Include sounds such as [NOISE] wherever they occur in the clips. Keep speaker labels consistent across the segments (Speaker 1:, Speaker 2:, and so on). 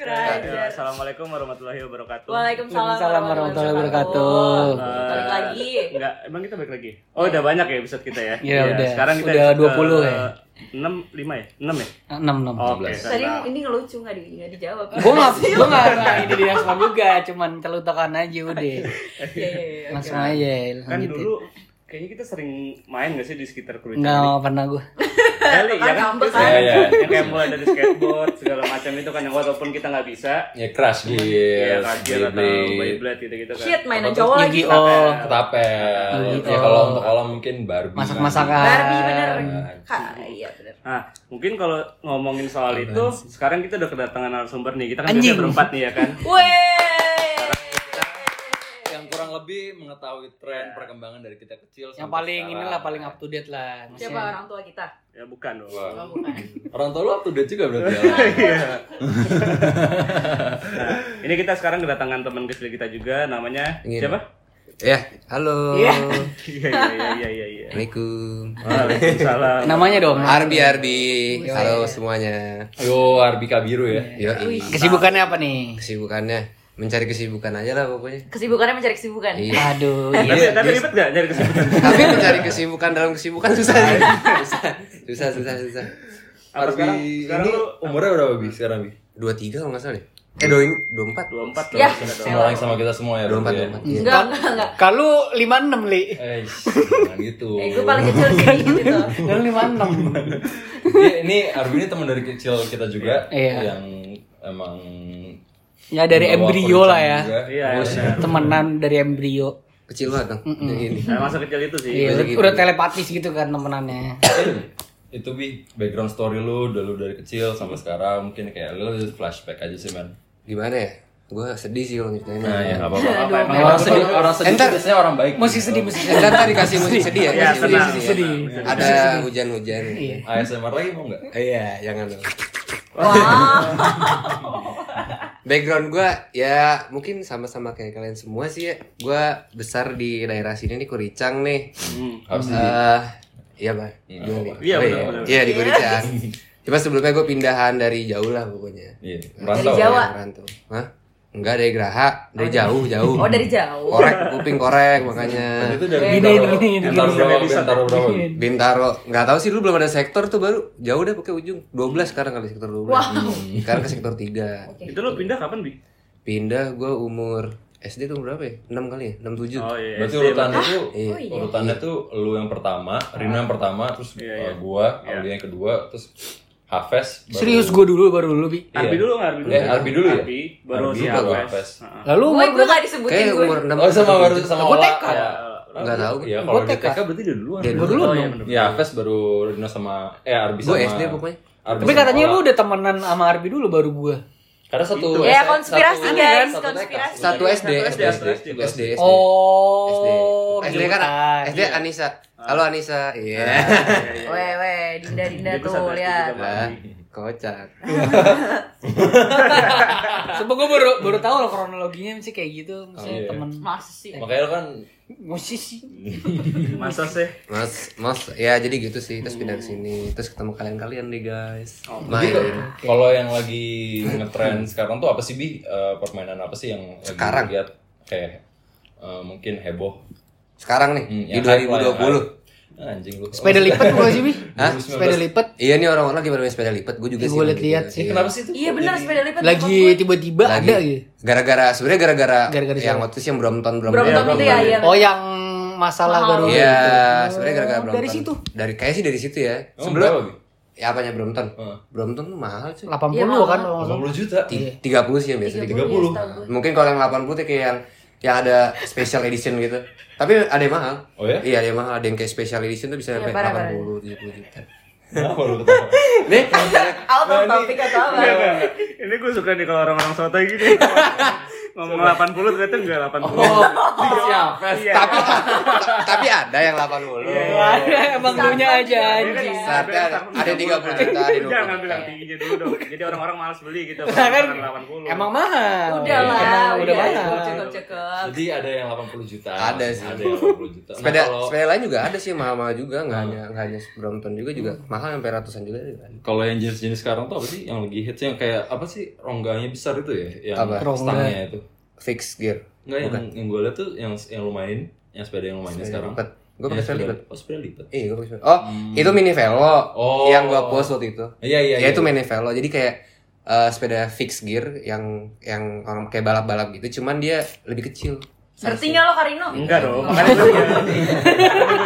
Speaker 1: Ya, Assalamualaikum warahmatullahi wabarakatuh.
Speaker 2: Waalaikumsalam warahmatullahi wabarakatuh.
Speaker 1: Eh,
Speaker 2: Balik lagi.
Speaker 1: Enggak, emang kita balik lagi. Oh, udah banyak ya episode kita ya.
Speaker 3: Iya, udah.
Speaker 1: Sekarang kita
Speaker 3: Udah
Speaker 1: episode
Speaker 3: 20 ya?
Speaker 1: 6 5 ya? 6 ya?
Speaker 3: enam enam
Speaker 1: Oke.
Speaker 2: Tadi
Speaker 1: Nah,
Speaker 2: ini ngelucu nggak di, nggak dijawab.
Speaker 3: gue Oh. nggak
Speaker 2: [LAUGHS]
Speaker 3: gue nggak ini di respon juga cuman celutukan aja udah
Speaker 2: Iya, iya, iya.
Speaker 3: langsung aja
Speaker 1: kan
Speaker 3: lanjutin
Speaker 1: dulu kayaknya kita sering main gak sih di sekitar kerucut?
Speaker 3: nggak
Speaker 2: [LAUGHS]
Speaker 3: pernah gue
Speaker 1: Kali ya kan?
Speaker 2: Ngambek
Speaker 1: Terus
Speaker 2: kan?
Speaker 1: kayak-
Speaker 4: Iya, iya.
Speaker 1: Yang kayak mulai dari skateboard segala macam itu kan yang walaupun kita nggak bisa
Speaker 4: ya crash di
Speaker 1: ya kajian atau
Speaker 4: di
Speaker 1: Beyblade gitu-gitu kan.
Speaker 2: Shit, mainan cowok lagi.
Speaker 3: Yu-Gi-Oh Oh,
Speaker 4: ketapel
Speaker 3: gitu.
Speaker 4: ya kalau untuk kolam mungkin Barbie kan.
Speaker 3: masak
Speaker 2: Barbie
Speaker 4: Nah,
Speaker 3: masakan
Speaker 2: bener. Kak, iya bener.
Speaker 1: Nah, mungkin kalau ngomongin soal itu, sekarang kita udah kedatangan narasumber nih. Kita kan
Speaker 3: Anjing.
Speaker 1: biasanya berempat nih ya kan.
Speaker 2: Weh.
Speaker 4: yang kurang lebih mengetahui tren perkembangan dari kita kecil
Speaker 3: yang
Speaker 4: sampai
Speaker 3: paling
Speaker 4: sekarang.
Speaker 3: inilah paling up to date lah
Speaker 2: Siapa
Speaker 3: Maksudnya-
Speaker 2: orang tua kita?
Speaker 1: Ya bukan dong.
Speaker 4: Wah.
Speaker 2: Oh, bukan.
Speaker 4: orang tua lu up to date juga berarti ya
Speaker 1: Iya. Nah, ini kita sekarang kedatangan teman kecil kita juga namanya
Speaker 5: Ingin.
Speaker 1: siapa?
Speaker 5: Ya, halo.
Speaker 1: Iya iya iya iya iya.
Speaker 5: Assalamualaikum.
Speaker 1: Waalaikumsalam.
Speaker 3: namanya dong
Speaker 5: Arbi Arbi. Halo semuanya.
Speaker 4: yo Arbika biru ya
Speaker 3: Iya.
Speaker 5: Yo,
Speaker 3: kesibukannya apa nih
Speaker 5: kesibukannya mencari kesibukan aja lah pokoknya.
Speaker 2: Kesibukannya mencari kesibukan.
Speaker 5: Iya.
Speaker 3: aduh
Speaker 1: Tapi, tapi ribet gak nyari kesibukan?
Speaker 5: Tapi mencari kesibukan dalam kesibukan susah. ya. susah, susah, susah, susah.
Speaker 1: Apa
Speaker 4: Arbi
Speaker 1: sekarang? Sekarang
Speaker 4: ini
Speaker 1: lu
Speaker 4: umurnya berapa bi sekarang bi
Speaker 5: Dua tiga kalau nggak salah deh. Eh dua ini- dua empat.
Speaker 1: 24
Speaker 2: Ya.
Speaker 4: semua orang sama kita semua ya
Speaker 5: Dua empat,
Speaker 4: berarti
Speaker 5: dua
Speaker 4: ya?
Speaker 5: empat. Iya.
Speaker 2: Enggak, enggak, enggak.
Speaker 3: kalau lima enam li
Speaker 4: Eh,
Speaker 3: [LAUGHS]
Speaker 4: jangan gitu.
Speaker 2: Eh, gue paling kecil sih gitu.
Speaker 3: kalau lima enam
Speaker 4: Ini, ini Arbi ini teman dari kecil kita juga
Speaker 3: Iya.
Speaker 4: yang emang
Speaker 3: ya dari
Speaker 4: membawa
Speaker 3: embrio lah ya
Speaker 4: kerucuan juga.
Speaker 1: Iya.
Speaker 4: Oh,
Speaker 1: iya.
Speaker 3: temenan dari embrio
Speaker 5: Kecil banget dong. Yang ini.
Speaker 1: Nah, masa kecil itu sih.
Speaker 3: Iya,
Speaker 5: Iya,
Speaker 3: udah,
Speaker 5: gitu.
Speaker 3: udah telepatis gitu kan temenannya
Speaker 4: itu bi background story lu dulu dari kecil sampai sekarang mungkin kayak lu flashback aja sih men
Speaker 5: Gimana ya? Gua sedih sih kalau nyeritain.
Speaker 4: nah ya apa apa
Speaker 1: Apa emang
Speaker 3: Orang
Speaker 1: aku
Speaker 3: sedih.
Speaker 1: tuh-
Speaker 4: orang sedih
Speaker 5: Enter.
Speaker 4: tuh biasanya orang baik Iya.
Speaker 3: musik sedih musik
Speaker 5: Eh,
Speaker 3: sedih
Speaker 5: Ntar tadi kasih musik sedih ya.
Speaker 1: Iya,
Speaker 5: Kasih
Speaker 1: tenang,
Speaker 5: ya.
Speaker 1: sedih.
Speaker 5: Ada hujan-hujan.
Speaker 3: Iya.
Speaker 4: ASMR lagi mau nggak
Speaker 5: Eh, Iya, jangan dong.
Speaker 2: Wah.
Speaker 5: [LAUGHS] Background gua ya mungkin sama-sama kayak kalian semua sih ya. Gua besar di daerah sini nih Kuricang nih.
Speaker 1: Hmm.
Speaker 4: harus sedih
Speaker 5: Eh, iya bang.
Speaker 4: Oh, Iya,
Speaker 5: Gimana nih?
Speaker 1: Iya,
Speaker 5: Oh,
Speaker 1: benar-benar.
Speaker 5: Iya di Kuricang. Cuma sebelumnya gue pindahan dari jauh lah pokoknya.
Speaker 4: iya
Speaker 2: Dari
Speaker 4: merantau
Speaker 2: Jawa.
Speaker 4: ya.
Speaker 5: Dari Merantau. Hah? Enggak dari Geraha, dari jauh jauh.
Speaker 2: Oh, dari jauh.
Speaker 5: Korek kuping korek makanya.
Speaker 4: Berarti itu dari
Speaker 2: Gini,
Speaker 4: Bintaro
Speaker 3: gini, gini.
Speaker 4: Bintaro berapa
Speaker 1: Bisa, bisa.
Speaker 4: Bintaro berapa Bi?
Speaker 5: Bintaro, nggak tahu sih dulu belum ada sektor tuh baru jauh deh pakai ujung 12 sekarang kali sektor 12 Hmm. Sekarang ke sektor 3
Speaker 2: Iya. Oke.
Speaker 1: Itu lo pindah kapan, Bi?
Speaker 5: Pindah gue umur SD tuh umur berapa ya? 6 kali ya? 6 7
Speaker 1: Oh iya.
Speaker 4: berarti
Speaker 1: SD,
Speaker 4: urutannya
Speaker 1: Bang.
Speaker 4: tuh
Speaker 5: Iya.
Speaker 2: Oh, iya.
Speaker 4: urutannya tuh lu yang pertama Rino yang pertama terus
Speaker 1: Iya,
Speaker 4: eh,
Speaker 1: iya.
Speaker 4: gua
Speaker 1: Iya.
Speaker 4: Aldi yang kedua terus Hafes baru-
Speaker 3: Serius gue dulu baru lu bi.
Speaker 1: Arbi
Speaker 4: Iya.
Speaker 1: dulu nggak Arbi dulu?
Speaker 4: Eh, Arbi dulu ya?
Speaker 1: Arbi, baru
Speaker 4: Arbi
Speaker 1: si
Speaker 4: baru
Speaker 1: Alves.
Speaker 4: Alves.
Speaker 1: Heeh.
Speaker 3: Lalu
Speaker 2: Gue gue gak disebutin
Speaker 5: Kayak
Speaker 2: gue.
Speaker 5: umur 6
Speaker 4: oh sama baru sama
Speaker 3: Gua
Speaker 4: Ola
Speaker 3: TK.
Speaker 4: ya.
Speaker 5: Enggak tahu. kan?
Speaker 4: Iya,
Speaker 3: Gua
Speaker 4: kalau di
Speaker 3: TK.
Speaker 4: TK berarti dia duluan.
Speaker 5: Dia
Speaker 3: Gue dulu
Speaker 1: Oh, iya,
Speaker 3: dong.
Speaker 1: bener.
Speaker 4: Ya, Fes baru Rino sama eh Arbi
Speaker 5: Gue
Speaker 4: sama.
Speaker 5: SD pokoknya.
Speaker 4: Arbi
Speaker 3: Tapi
Speaker 4: sama
Speaker 3: katanya
Speaker 4: Ola.
Speaker 3: lu udah temenan sama Arbi dulu baru gue.
Speaker 4: karena satu
Speaker 1: Itu.
Speaker 2: Ya,
Speaker 4: satu-
Speaker 2: konspirasi,
Speaker 4: satu-
Speaker 2: guys,
Speaker 4: satu TK.
Speaker 2: konspirasi.
Speaker 5: Satu SD,
Speaker 1: Satu
Speaker 5: SD,
Speaker 1: SD,
Speaker 5: SD, SD, SD. SD.
Speaker 3: Oh.
Speaker 5: SD kan
Speaker 3: pintar.
Speaker 5: SD
Speaker 4: Iya.
Speaker 5: Anissa. Halo
Speaker 1: Ah.
Speaker 5: Anissa. Iya.
Speaker 1: Iya, iya,
Speaker 2: Weh, weh, Dinda, Dinda
Speaker 1: Dia tuh
Speaker 2: tuh
Speaker 1: sadar
Speaker 4: Ah.
Speaker 2: lihat.
Speaker 1: juga, Bang.
Speaker 5: Kocak.
Speaker 3: Sumpah gue baru baru tahu loh kronologinya sih kayak gitu. Maksudnya
Speaker 4: Oh, iya.
Speaker 3: temen
Speaker 2: Masih sih.
Speaker 4: Makanya lu kan
Speaker 3: musisi.
Speaker 1: iya.
Speaker 4: [LAUGHS]
Speaker 1: Masa sih?
Speaker 5: Mas, Mas, ya jadi gitu sih. Terus pindah ke sini, terus ketemu kalian-kalian nih guys.
Speaker 1: Oh,
Speaker 4: jadi
Speaker 5: Main.
Speaker 4: gitu. kalau yang lagi ngetren sekarang tuh apa sih bi Eh, permainan apa sih yang lagi
Speaker 5: Sekarang?
Speaker 4: lihat kayak eh, mungkin heboh
Speaker 5: Sekarang nih
Speaker 4: Hmm,
Speaker 5: di
Speaker 4: yang hype lah, yang
Speaker 5: 2020.
Speaker 4: hype. anjing lu Oh,
Speaker 3: Sepeda lipat gue sih bi.
Speaker 5: Hah?
Speaker 3: Sepeda lipat.
Speaker 5: Iya nih orang-orang lagi pada main sepeda lipat, gue
Speaker 3: Gue
Speaker 5: juga sih.
Speaker 3: liat-liat
Speaker 5: gitu.
Speaker 3: sih.
Speaker 5: Iya.
Speaker 4: [LAUGHS] kenapa sih itu
Speaker 2: Iya benar sepeda lipat.
Speaker 3: Lagi
Speaker 2: bukan
Speaker 3: tiba-tiba ada gitu.
Speaker 5: Gara-gara sebenarnya gara-gara
Speaker 3: Gara-gara
Speaker 5: yang
Speaker 3: siapa?
Speaker 5: waktu sih yang Brompton
Speaker 2: gue.
Speaker 5: Brompton.
Speaker 2: Brompton
Speaker 1: Iya,
Speaker 2: itu ya, iya.
Speaker 3: Oh yang masalah baru.
Speaker 5: Iya,
Speaker 3: itu.
Speaker 5: sebenarnya gara-gara
Speaker 3: Oh,
Speaker 5: Brompton.
Speaker 3: Dari situ.
Speaker 5: Dari kayak sih dari situ ya.
Speaker 4: Emang
Speaker 5: Sebelum
Speaker 4: berapa, Bi?
Speaker 5: ya apanya Brompton?
Speaker 4: Heeh.
Speaker 5: Brompton tuh mahal sih.
Speaker 3: 80
Speaker 2: Iya, mahal.
Speaker 3: kan kalau nggak salah.
Speaker 4: 50 juta
Speaker 3: iya.
Speaker 5: Tiga puluh sih yang biasa.
Speaker 2: 30,
Speaker 4: 30.
Speaker 2: setahu gue.
Speaker 5: Mungkin kalau yang 80 tuh kayak yang yang ada special edition gitu. Tapi ada yang mahal.
Speaker 4: Oh ya?
Speaker 5: Iya, ada yang mahal. Ada yang kayak special edition tuh bisa
Speaker 2: Iya,
Speaker 5: sampai
Speaker 2: parah,
Speaker 5: 80 70 juta.
Speaker 4: kenapa lu ketawa
Speaker 5: Nih,
Speaker 2: Out of topic atau apa?
Speaker 1: Iya,
Speaker 4: [LAUGHS]
Speaker 1: Ini gue suka nih kalau orang-orang sotoy gini. ngomong 80 ternyata enggak 80.
Speaker 4: Oh, Siapa?
Speaker 1: Iya.
Speaker 5: Tapi [LAUGHS] tapi ada yang
Speaker 1: Iya,
Speaker 5: 80.
Speaker 1: iya.
Speaker 3: Wah, emang dunia aja
Speaker 1: kan
Speaker 3: anjing.
Speaker 5: Saatnya ada- ada 30 juta, ada 20
Speaker 1: [LAUGHS] Jangan
Speaker 5: juta.
Speaker 1: bilang tingginya dulu dong. Jadi orang-orang malas beli gitu.
Speaker 3: Nah, kan,
Speaker 1: Barang 80.
Speaker 3: Emang mahal. Iya,
Speaker 2: Udah lah,
Speaker 3: Emang
Speaker 2: udah
Speaker 3: udah
Speaker 2: cukup,
Speaker 3: mahal.
Speaker 2: cukup, cukup.
Speaker 4: Jadi ada yang 80 juta.
Speaker 5: Ada sih.
Speaker 4: Ada yang 80 juta. Nah,
Speaker 5: Sepeda
Speaker 4: kalau-
Speaker 5: sepeda lain juga ada sih yang mahal-mahal juga, nggak hanya nggak hanya Brompton juga juga mahal sampai ratusan juga ada.
Speaker 4: Kalau yang jenis-jenis sekarang tuh apa sih yang lagi hits yang kayak apa sih rongganya besar itu ya yang
Speaker 5: Apa?
Speaker 4: stangnya itu.
Speaker 5: Fix gear.
Speaker 4: Enggak yang yang gue lihat tuh yang yang lumayan yang sepeda yang lumayan Iya, sekarang.
Speaker 5: Gue pakai
Speaker 4: Yang
Speaker 5: sepeda lipat.
Speaker 4: Oh, sepeda lipat.
Speaker 5: Iya, gue pakai sepeda. Oh, itu mini velo
Speaker 4: Oh.
Speaker 5: yang gua post waktu itu.
Speaker 4: Iya iya.
Speaker 5: ya itu mini velo. Jadi kayak eh, sepeda fix gear yang yang orang kayak balap-balap gitu, cuman dia lebih kecil.
Speaker 2: Ngerti nggak lo Karino?
Speaker 1: enggak dong. Makanya gue bilang.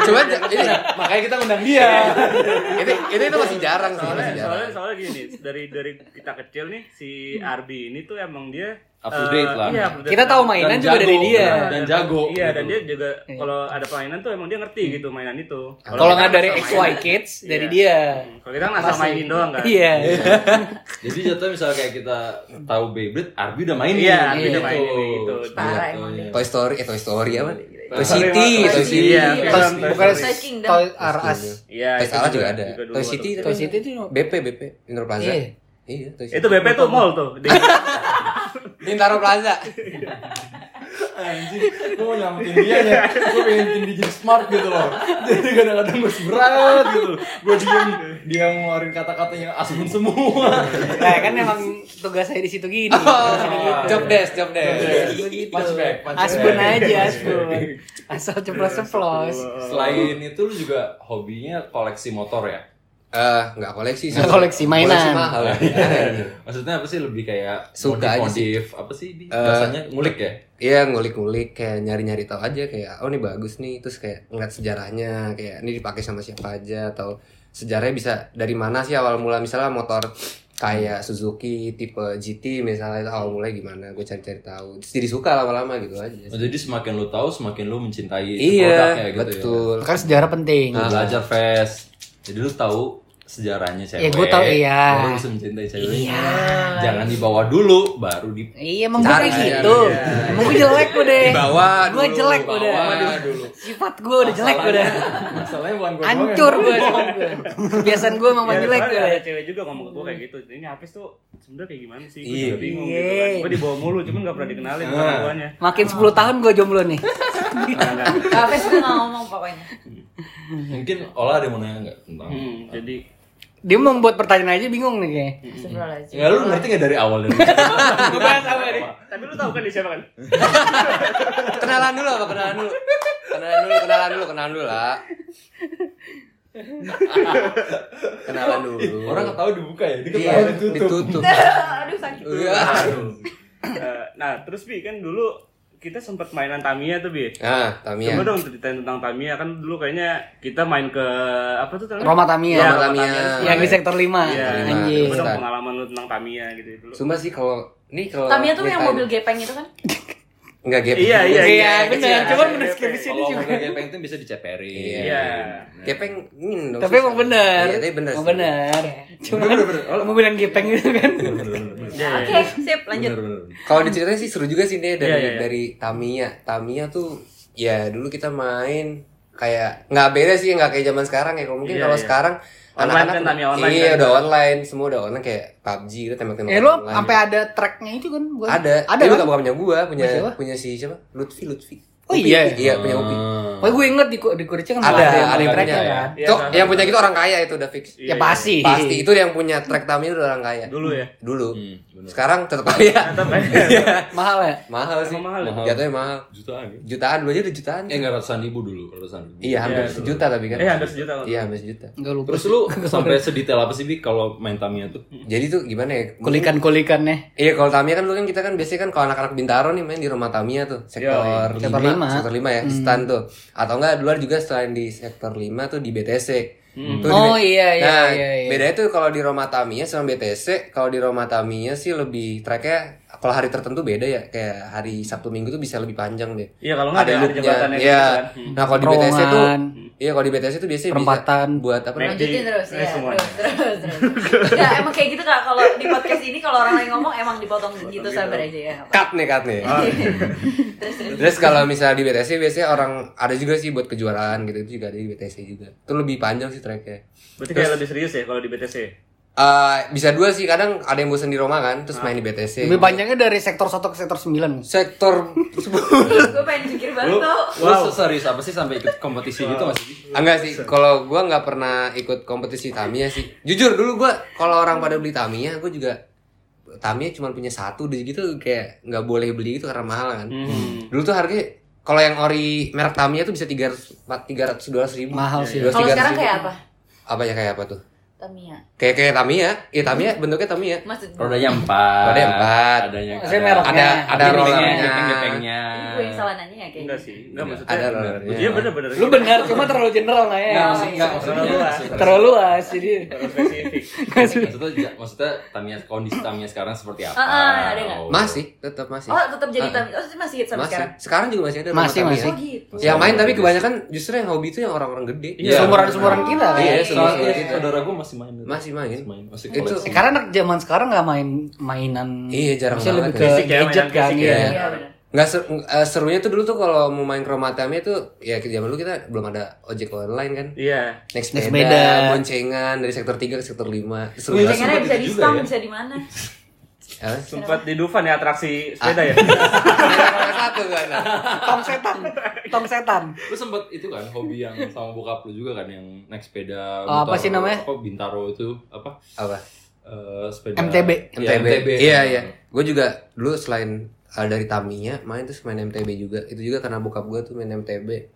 Speaker 5: Cuman ini
Speaker 3: Makanya kita ngundang dia.
Speaker 5: itu itu, itu masih jarang sih,
Speaker 1: soalnya
Speaker 5: masih jarang.
Speaker 1: soalnya soalnya gini dari dari kita kecil nih si Arbi ini tuh emang dia
Speaker 4: Up to
Speaker 1: eh,
Speaker 4: date lah.
Speaker 1: iya, up to date.
Speaker 3: Kita tahu
Speaker 1: Nah,
Speaker 3: mainan juga dari dia.
Speaker 4: Dan jago.
Speaker 1: iya dan
Speaker 4: gitu.
Speaker 1: dia juga kalau ada permainan tuh emang dia ngerti gitu mainan itu
Speaker 3: Hmm. Kalau
Speaker 1: kita
Speaker 3: nggak dari
Speaker 1: asal
Speaker 3: XY
Speaker 1: main-
Speaker 3: Kids,
Speaker 1: Iya.
Speaker 3: dari dia.
Speaker 1: Hmm, kalau kita kan asal mainin doang kan
Speaker 3: Iya.
Speaker 4: [LAUGHS] Jadi jatuh misalnya kayak kita tahu Beyblade, Arbi udah main
Speaker 1: Iya, Arbi udah main ini, gitu.
Speaker 2: Parah emang
Speaker 4: iya.
Speaker 5: Toy Story, eh Toy Story apa? Toy
Speaker 1: Toy
Speaker 5: City,
Speaker 1: Story,
Speaker 5: Toy
Speaker 1: Toy
Speaker 5: City.
Speaker 1: Iya,
Speaker 6: Toys,
Speaker 1: film Toy
Speaker 6: bukan
Speaker 1: Story.
Speaker 2: Toys Kingdom.
Speaker 6: Toy R Us.
Speaker 1: iya
Speaker 5: Toy
Speaker 1: itu
Speaker 5: Salah juga ada.
Speaker 1: juga dulu
Speaker 5: Toy
Speaker 1: tuh.
Speaker 5: City tapi-
Speaker 1: Iya.
Speaker 3: Toy City itu
Speaker 5: BP BP Indoor Plaza.
Speaker 3: Iya.
Speaker 5: Iya, Toy City.
Speaker 1: itu BP tuh mall tuh di Iya,
Speaker 5: Bintaro Plaza. [LAUGHS]
Speaker 6: Anjing, gue mau nyelamatin dia ya. Gue pengen bikin dia jadi smart gitu loh. Jadi kadang-kadang gue seberat gitu. Gue diem, dia ngeluarin kata-kata yang asbun semua.
Speaker 3: Nah, kan emang tugas saya di situ gini.
Speaker 1: Oh, iya,
Speaker 5: Oh, job desk, job desk.
Speaker 3: Begitu.
Speaker 6: Flashback,
Speaker 1: iya,
Speaker 6: flashback.
Speaker 3: Asbun aja, asbun. Asal ceplos-ceplos.
Speaker 1: Iya,
Speaker 4: Selain itu lu juga hobinya koleksi motor ya?
Speaker 5: Eh, nggak koleksi sih.
Speaker 3: Nggak koleksi, mainan.
Speaker 5: Koleksi mahal. [LAUGHS]
Speaker 4: Maksudnya apa sih lebih kayak
Speaker 5: Suka aja sih. Eh,
Speaker 4: modif apa sih Bi? Rasanya ngulik ya?
Speaker 5: Iya ngulik-ngulik kayak nyari-nyari tahu aja kayak oh ini bagus nih terus kayak ngeliat sejarahnya kayak ini dipakai sama siapa aja atau sejarahnya bisa dari mana sih awal mula misalnya motor kayak Suzuki tipe GT misalnya itu awal mulai gimana gue cari-cari tahu terus jadi suka lama-lama gitu aja
Speaker 4: Oh, Jadi semakin lu tahu semakin lu mencintai
Speaker 5: iya
Speaker 4: gitu
Speaker 5: betul
Speaker 3: Kan sejarah penting.
Speaker 4: ya. Lu belajar fast. Jadi lu tahu sejarahnya cewek.
Speaker 3: Ya, gua tahu, iya.
Speaker 4: Baru bisa mencintai cewek. Jangan dibawa dulu baru di
Speaker 3: Iya, emang gue
Speaker 5: Cara
Speaker 3: kayak
Speaker 5: aja,
Speaker 3: gitu.
Speaker 1: iya,
Speaker 3: Emang gue jelek udah.
Speaker 5: Dibawa
Speaker 3: Gue
Speaker 5: dulu,
Speaker 3: jelek
Speaker 4: bawa
Speaker 3: udah.
Speaker 4: dulu.
Speaker 3: Sifat gue udah jelek udah.
Speaker 6: Masalahnya bukan gue
Speaker 3: Hancur gue. Kebiasaan gue emang
Speaker 1: Iya,
Speaker 3: jelek ya.
Speaker 1: soalnya
Speaker 3: gue.
Speaker 1: ada cewek juga ngomong ke gue kayak gitu ini Hafiz tuh sebenernya kayak gimana sih gue
Speaker 5: Iya.
Speaker 1: juga bingung gitu kan gue dibawa mulu cuman gak pernah dikenalin sama
Speaker 4: Nah.
Speaker 1: guanya
Speaker 3: Makin 10 tahun gue jomblo nih.
Speaker 1: Nah, nah.
Speaker 2: Kafe sudah nggak ngomong pokoknya.
Speaker 4: Mungkin Ola ada yang mau nanya nggak tentang?
Speaker 1: Hmm, jadi
Speaker 3: Dia mau buat pertanyaan aja bingung nih kayaknya.
Speaker 2: Astagfirullahaladzim.
Speaker 4: Enggak Ya, lu ngerti nggak dari awal dari
Speaker 3: Ngebahas apa nih?
Speaker 1: tapi lu tahu kan di siapa kan
Speaker 5: kenalan dulu apa kenalan dulu kenalan dulu kenalan dulu kenalan dulu lah kenalan dulu
Speaker 4: Orang ketawa dibuka ya, dia
Speaker 5: Iya,
Speaker 4: ketawa ditutup.
Speaker 5: ditutup
Speaker 2: Aduh sakit.
Speaker 5: Iya.
Speaker 1: Eh, nah terus bi kan dulu kita sempat mainan Tamiya tuh bi
Speaker 5: nah Tamiya
Speaker 1: Coba dong ceritain tentang Tamiya kan dulu kayaknya kita main ke apa tuh namanya?
Speaker 3: Roma Tamiya.
Speaker 1: Iya,
Speaker 5: Roma Tamiya.
Speaker 1: terus
Speaker 3: Yang di
Speaker 1: main-
Speaker 3: sektor 5.
Speaker 1: Iya,
Speaker 3: Anjir.
Speaker 1: coba dong pengalaman lu tentang Tamiya gitu dulu.
Speaker 5: Sumpah sih kalau ini kalau
Speaker 2: Tamiya tuh
Speaker 5: me
Speaker 2: yang
Speaker 5: time-
Speaker 2: mobil gepeng itu kan?
Speaker 5: Enggak gap.
Speaker 1: Iya, iya,
Speaker 3: Iya,
Speaker 1: Iya,
Speaker 3: benar. Coba
Speaker 1: iya,
Speaker 3: mendeskripsi ini
Speaker 4: Kalau mau
Speaker 3: juga.
Speaker 4: kayak pengen bisa diceperin.
Speaker 1: Iya.
Speaker 5: Gepeng ingin dong.
Speaker 3: Tapi emang bener.
Speaker 5: Iya, tapi bener.
Speaker 3: Emang
Speaker 5: sih.
Speaker 3: Oh, bener. Cuman mau bilang gepeng gitu kan.
Speaker 4: Iya,
Speaker 1: Iya,
Speaker 2: Oke, sip, lanjut.
Speaker 4: Bener-bener.
Speaker 5: Kalau diceritain sih seru juga sih nih dari
Speaker 1: Iya, iya, iya.
Speaker 5: dari Tamiya. Tamiya tuh ya dulu kita main kayak nggak beda sih nggak kayak zaman sekarang ya. Kalau mungkin
Speaker 1: Iya,
Speaker 5: kalau
Speaker 1: iya.
Speaker 5: sekarang
Speaker 1: Online
Speaker 5: anak-anak
Speaker 1: kan, Tamiya online
Speaker 5: iya
Speaker 1: kan.
Speaker 5: udah online semua udah online kayak PUBG gitu tembak-tembakan.
Speaker 3: Eh lu
Speaker 5: online.
Speaker 3: sampai ada tracknya itu kan? Bukan?
Speaker 5: ada
Speaker 3: Ada
Speaker 5: Tapi
Speaker 3: kan?
Speaker 5: bukan punya gua punya
Speaker 3: Punya siapa?
Speaker 5: punya si siapa Lutfi Lutfi
Speaker 3: Oh
Speaker 5: Upi,
Speaker 3: iya.
Speaker 5: Upi. iya punya Upi
Speaker 4: Ah.
Speaker 3: Pokoknya gue inget di, di Kurice kan
Speaker 5: ada
Speaker 3: yang
Speaker 5: ada yang punya
Speaker 3: tracknya
Speaker 4: ya.
Speaker 3: kan.
Speaker 1: Iya,
Speaker 5: Cok,
Speaker 1: sama.
Speaker 5: yang punya gitu orang kaya itu udah fix
Speaker 1: Iya,
Speaker 3: Ya
Speaker 1: iya.
Speaker 3: pasti.
Speaker 5: pasti itu yang punya track Tamiya itu orang kaya
Speaker 1: Dulu ya.
Speaker 5: dulu
Speaker 4: Hmm, bener.
Speaker 5: sekarang tetap kaya
Speaker 1: Tetap
Speaker 3: Mahal ya?
Speaker 5: [LAUGHS] mahal
Speaker 1: eh.
Speaker 5: sih
Speaker 1: Emang mahal ya?
Speaker 4: Mahal.
Speaker 5: jatuhnya mahal
Speaker 4: Jutaan ya?
Speaker 5: jutaan dulu aja udah jutaan
Speaker 4: Eh nggak ratusan ribu dulu, ratusan ribu.
Speaker 5: iya hampir
Speaker 1: Iya, dulu.
Speaker 5: sejuta tapi kan
Speaker 1: Eh, hampir sejuta.
Speaker 5: iya hampir sejuta
Speaker 3: Enggak lupa.
Speaker 4: Terus lu sampai sedetail apa sih Bi kalau main Tamiya tuh?
Speaker 5: jadi tuh gimana ya
Speaker 3: kulikan-kulikannya.
Speaker 5: Iya kalau Tamiya kan dulu kan kita kan biasanya kan kalau anak-anak Bintaro nih main di rumah Tamiya tuh sektor
Speaker 3: Iya, sektor
Speaker 5: lima,
Speaker 3: lima.
Speaker 5: sektor lima ya di stand tuh atau enggak luar juga selain di sektor 5 tuh di BTC.
Speaker 1: Hmm.
Speaker 5: Tuh di
Speaker 3: Oh,
Speaker 5: B-
Speaker 3: iya, iya,
Speaker 5: nah,
Speaker 3: iya, iya.
Speaker 5: Bedanya tuh kalau di rumah Tamiya sama BTC kalau di rumah Tamiya sih lebih tracknya kalau hari tertentu beda ya kayak hari Sabtu Minggu tuh bisa lebih panjang deh.
Speaker 1: Iya kalau nggak ada, ada
Speaker 5: loopnya.
Speaker 1: jebatannya
Speaker 5: Iya.
Speaker 1: gitu kan. Hmm.
Speaker 5: Nah kalau di BTS itu
Speaker 3: Terowongan,
Speaker 5: iya kalau di BTS itu biasanya
Speaker 3: Perempatan.
Speaker 5: bisa buat apa namanya?
Speaker 2: lanjutin
Speaker 1: Jadi,
Speaker 2: terus
Speaker 1: eh,
Speaker 2: ya
Speaker 1: semuanya.
Speaker 2: terus terus terus Nggak, emang kayak gitu kak kalau di podcast ini kalau orang lain ngomong emang dipotong gitu sabar aja ya
Speaker 5: Cut nih cut nih.
Speaker 2: terus terus
Speaker 5: Terus kalau misalnya di BTS biasanya orang ada juga sih buat kejuaraan gitu itu juga ada di BTS juga. Itu lebih panjang sih tracknya.
Speaker 1: Berarti kayak lebih serius ya kalau di BTC.
Speaker 5: Eh bisa dua sih kadang ada yang bosan di Roma kan terus main di BTC.
Speaker 3: Lebih panjangnya dari sektor 1 ke sektor 9.
Speaker 5: sektor [LAUGHS]
Speaker 2: gue pengen jungkir banget tau
Speaker 4: Wow. Lu serius apa sih sampai ikut kompetisi gitu nggak sih?
Speaker 5: Ah, Enggak sih, kalau gua nggak pernah ikut kompetisi Tamiya sih. Jujur dulu gua kalau orang pada beli Tamiya, gua juga Tamiya cuma punya satu deh gitu kayak nggak boleh beli itu karena mahal kan.
Speaker 1: Hmm.
Speaker 5: Dulu tuh harganya kalau yang ori merek Tamiya tuh bisa 300 400 dolar ribu.
Speaker 3: Mahal sih.
Speaker 2: kalau sekarang kayak apa
Speaker 5: Apa ya kayak apa tuh?
Speaker 2: Tamiya
Speaker 5: Kayak kayak Tamiya, ya Tamiya
Speaker 3: Hmm.
Speaker 5: bentuknya Tamiya.
Speaker 2: maksud gue
Speaker 4: Rodanya empat.
Speaker 5: Rodanya empat.
Speaker 4: Adanya.
Speaker 3: Saya merah.
Speaker 5: Ada ada
Speaker 4: Ada rollernya,
Speaker 5: rollernya.
Speaker 4: gepeng-gepengnya.
Speaker 2: ini gue yang salah nanya ya kayak
Speaker 1: Enggak
Speaker 2: gitu.
Speaker 1: sih. Enggak maksudnya.
Speaker 5: Ada rollernya.
Speaker 1: Iya benar-benar.
Speaker 3: Lu benar, cuma terlalu general nggak ya?
Speaker 4: Nggak, maksud- nggak, Iya, maksudnya.
Speaker 1: Terlalu luas.
Speaker 4: maksudnya-
Speaker 3: Terlalu luas jadi.
Speaker 1: Terlalu
Speaker 5: [LAUGHS]
Speaker 1: spesifik.
Speaker 4: Maksudnya, ja- maksudnya Tamiya, kondisi Tamiya sekarang seperti apa?
Speaker 2: Ah, ah, ada nggak?
Speaker 4: Oh.
Speaker 5: Masih, tetap masih.
Speaker 2: oh tetap jadi
Speaker 5: Ah,
Speaker 2: Tamiya oh sih masih hits sampai
Speaker 5: Masih.
Speaker 2: sekarang
Speaker 5: Sekarang juga masih ada rumah
Speaker 3: Masih,
Speaker 5: Tamiya.
Speaker 3: masih.
Speaker 2: oh gitu
Speaker 5: Yang main tapi kebanyakan justru yang hobi itu yang orang-orang gede.
Speaker 1: Iya.
Speaker 3: Seumuran-seumuran kita.
Speaker 2: Oh,
Speaker 3: kan?
Speaker 5: Iya,
Speaker 2: iya.
Speaker 5: seumuran
Speaker 4: Soalnya
Speaker 5: kita.
Speaker 4: saudara gue masih main.
Speaker 5: Masih main.
Speaker 4: Masih main. Masih
Speaker 5: Itu-
Speaker 4: koleksi.
Speaker 3: Eh, Karena anak zaman sekarang nggak main mainan.
Speaker 5: Iya, jarang
Speaker 3: Maksudnya lebih
Speaker 5: banget ya.
Speaker 3: ke
Speaker 1: Fisik ya,
Speaker 3: gadget
Speaker 1: mainan
Speaker 3: kan
Speaker 1: fisik
Speaker 3: ya.
Speaker 5: ya.
Speaker 2: iya benar
Speaker 5: Nggak ser- eh, serunya tuh dulu tuh kalau mau main ke rumah Tamiya tuh ya ke zaman dulu kita belum ada ojek online kan.
Speaker 1: Iya.
Speaker 5: Next
Speaker 3: Naik
Speaker 5: sepeda,
Speaker 3: sepeda.
Speaker 5: boncengan dari sektor 3 ke sektor 5. Seru
Speaker 4: Wih,
Speaker 5: banget.
Speaker 2: Pengennya
Speaker 4: Sempat
Speaker 2: bisa di
Speaker 4: gitu
Speaker 2: stang,
Speaker 4: juga ya.
Speaker 2: bisa di mana?
Speaker 5: Apa?
Speaker 1: Sempat di Dufan ya atraksi sepeda
Speaker 5: Ah,
Speaker 1: ya.
Speaker 5: iya, Nomor satu kan.
Speaker 3: Tong setan, tong setan.
Speaker 4: Lu sempet itu kan hobi yang sama bokap lu juga kan yang naik sepeda
Speaker 3: Oh, apa
Speaker 4: Bintaro-
Speaker 3: sih namanya?
Speaker 4: Apa Bintaro itu apa?
Speaker 5: Apa?
Speaker 4: Eh, sepeda
Speaker 3: MTB.
Speaker 4: Iya,
Speaker 5: MTB. Iya, iya. Gue juga dulu selain eh, dari Tamiya main terus main MTB juga. Itu juga karena bokap gue tuh main MTB.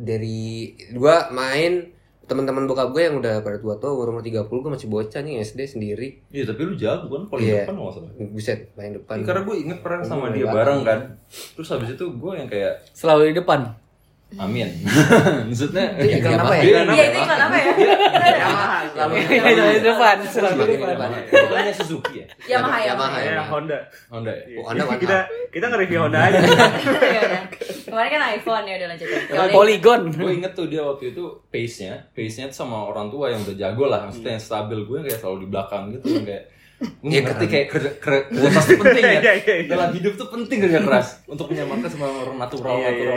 Speaker 5: Dari gua main teman-teman bokap gue yang udah pada tua-tua umur umur 30 gue masih bocah nih SD sendiri.
Speaker 4: Iya, tapi lu jago kan paling
Speaker 5: Iya.
Speaker 4: depan nggak salah.
Speaker 5: Buset, main depan.
Speaker 4: Iya, karena gue inget pernah sama
Speaker 5: Iya,
Speaker 4: dia
Speaker 5: iya.
Speaker 4: bareng kan. Terus habis itu gue yang kayak
Speaker 3: Selalu di depan.
Speaker 4: amin. [LAUGHS] Maksudnya
Speaker 3: Itu iklan apa ya?
Speaker 4: Iya,
Speaker 2: Iya, itu iklan apa ya?
Speaker 3: Iya, selalu di depan, selalu di
Speaker 5: Iya,
Speaker 3: depan.
Speaker 5: iya.
Speaker 4: Bukannya Suzuki ya?
Speaker 2: Yamaha, Yamaha.
Speaker 5: Yamaha.
Speaker 1: Iya, Honda.
Speaker 4: Honda ya?
Speaker 1: Iya.
Speaker 5: Oh, Honda mantap.
Speaker 1: kita kita nge-review Honda aja.
Speaker 2: [LAUGHS] Iya, iya. Kemarin kan iPhone ya udah lanjut.
Speaker 3: Polygon.
Speaker 4: gue inget tuh dia waktu itu pace-nya pace-nya tuh sama orang tua yang udah jago lah maksudnya yang stabil gue kayak selalu di belakang gitu yang kayak gue
Speaker 5: Iya,
Speaker 4: ngerti
Speaker 5: keren.
Speaker 4: kayak kerja, kerja, kerja keras tuh penting ya
Speaker 1: Iya, iya, iya.
Speaker 4: dalam hidup tuh penting kerja keras untuk menyamakan sama orang natural
Speaker 1: Iya, iya.
Speaker 4: natural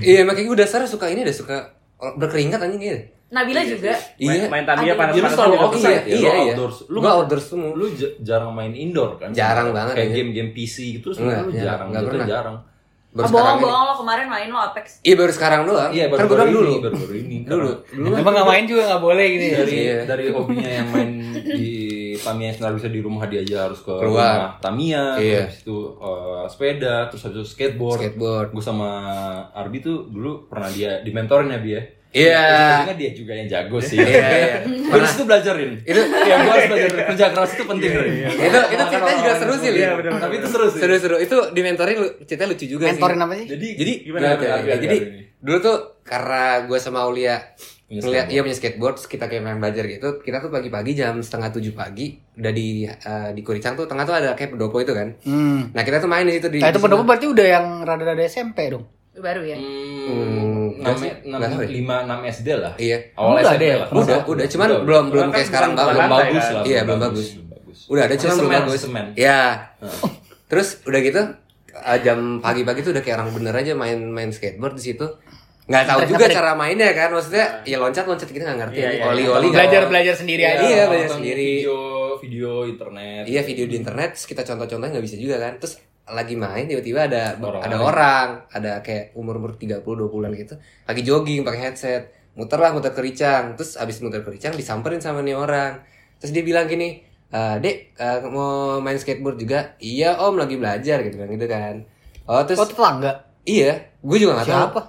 Speaker 5: Iya makanya gue dasar suka ini udah suka berkeringat anjing gitu.
Speaker 2: Nabila juga.
Speaker 1: Main,
Speaker 5: [LAUGHS] Iya.
Speaker 1: main Tamiya
Speaker 2: Ada-
Speaker 4: Jadi lu
Speaker 1: panas-panas.
Speaker 4: selalu
Speaker 1: juga.
Speaker 4: outside ya,
Speaker 5: iya,
Speaker 4: lu
Speaker 5: iya.
Speaker 4: outdoors. Lu
Speaker 5: Gua
Speaker 4: nggak-
Speaker 5: outdoors semua.
Speaker 4: lu ja- jarang main indoor kan
Speaker 5: Jarang banget,
Speaker 4: kayak
Speaker 5: iya.
Speaker 4: game-game PC gitu
Speaker 5: Enggak,
Speaker 4: sebenarnya lu
Speaker 5: jarang,
Speaker 4: jarang
Speaker 5: nggak
Speaker 4: gitu
Speaker 5: pernah.
Speaker 4: jarang
Speaker 5: Baru
Speaker 2: Ah,
Speaker 5: sekarang
Speaker 2: bohong,
Speaker 5: ini.
Speaker 2: bohong lo kemarin main lo Apex.
Speaker 5: Iya baru sekarang doang.
Speaker 4: iya
Speaker 5: kan gue
Speaker 4: baru-baru
Speaker 5: bilang
Speaker 4: ini
Speaker 5: dulu.
Speaker 4: baru-baru ini
Speaker 5: Dulu. Dulu.
Speaker 3: [LAUGHS] Emang nggak main juga nggak boleh gitu ya.
Speaker 4: dari
Speaker 5: Iya.
Speaker 4: dari hobinya yang main di Tamiya yang sebenarnya bisa di rumah dia aja harus ke
Speaker 5: Keluar.
Speaker 4: rumah Tamiya
Speaker 5: Iya.
Speaker 4: terus habis itu eh, sepeda terus habis itu skateboard,
Speaker 5: Skateboard.
Speaker 4: gue sama Arbi tuh dulu pernah dia di mentorin ya Bi ya
Speaker 5: Iya.
Speaker 4: Ujung-ujungnya dia juga yang jago sih
Speaker 5: Iya, iya.
Speaker 4: terus itu belajarin
Speaker 5: Itu Iya,
Speaker 4: ya gue harus belajar kerja keras itu penting Rin.
Speaker 5: itu itu ceritanya juga seru sih, Li.
Speaker 1: Iya, bener.
Speaker 4: tapi itu seru sih
Speaker 5: Seru-seru. Itu di mentorin lu- ceritanya lucu juga sih.
Speaker 3: Mentorin apa sih?
Speaker 4: jadi
Speaker 5: Jadi
Speaker 1: Gimana,
Speaker 5: nah,
Speaker 1: gimana,
Speaker 5: ya,
Speaker 4: gimana,
Speaker 5: jadi
Speaker 4: gimana ini?
Speaker 5: dulu tuh karena gue sama Aulia
Speaker 4: Punya
Speaker 5: ngeliat
Speaker 4: skateboard.
Speaker 5: iya punya skateboard terus kita kayak main belajar gitu kita tuh pagi-pagi jam setengah tujuh pagi udah di eh, di Kuricang tuh tengah tuh ada kayak pendopo itu kan
Speaker 3: Hmm.
Speaker 5: nah kita tuh main di
Speaker 1: Eh,
Speaker 5: situ di
Speaker 3: Nah, itu
Speaker 5: di
Speaker 3: pendopo
Speaker 5: sana.
Speaker 3: berarti udah yang rada-rada SMP dong.
Speaker 2: Baru
Speaker 4: Iya.
Speaker 2: ya.
Speaker 4: Hmm, enam
Speaker 5: nggak sih,
Speaker 4: enam
Speaker 5: nggak tahu ya.
Speaker 4: lima enam SD lah
Speaker 5: iya
Speaker 4: awal
Speaker 3: Udah
Speaker 4: SMP
Speaker 3: deh,
Speaker 4: lah
Speaker 5: udah udah cuman belum belum
Speaker 1: Cuman kan
Speaker 5: kayak sekarang
Speaker 1: bukan-
Speaker 5: banget
Speaker 4: belum
Speaker 1: lantai
Speaker 4: bagus
Speaker 1: kan?
Speaker 4: lah
Speaker 5: Iya, belum bagus.
Speaker 4: belum bagus
Speaker 5: udah ada cuman
Speaker 4: Masih
Speaker 5: belum
Speaker 4: semen,
Speaker 5: bagus
Speaker 4: semen.
Speaker 5: ya terus udah gitu eh, jam pagi-pagi tuh udah kayak orang bener aja main main skateboard di situ nggak tahu juga cara mainnya kan maksudnya ya loncat loncat kita nggak ngerti
Speaker 1: Iya,
Speaker 5: aja.
Speaker 1: iya,
Speaker 5: oli
Speaker 1: iya.
Speaker 5: oli nggak-
Speaker 3: Belajar-belajar sendiri
Speaker 5: Iya,
Speaker 3: aja.
Speaker 5: iya,
Speaker 4: nonton
Speaker 5: belajar sendiri.
Speaker 4: video video internet
Speaker 5: Iya video di internet terus kita contoh-contohnya nggak bisa juga kan terus lagi main tiba-tiba ada
Speaker 4: Orang
Speaker 5: ada
Speaker 4: lain.
Speaker 5: orang ada kayak umur umur 30 20-an gitu lagi jogging pakai headset muter lah muter kericang terus abis muter kericang disamperin sama nih orang terus dia bilang gini "Eh, dek eh, mau main skateboard juga iya om lagi belajar gitu kan gitu kan oh terus
Speaker 3: Oh, tetangga.
Speaker 5: iya gue juga nggak tahu
Speaker 3: Siapa?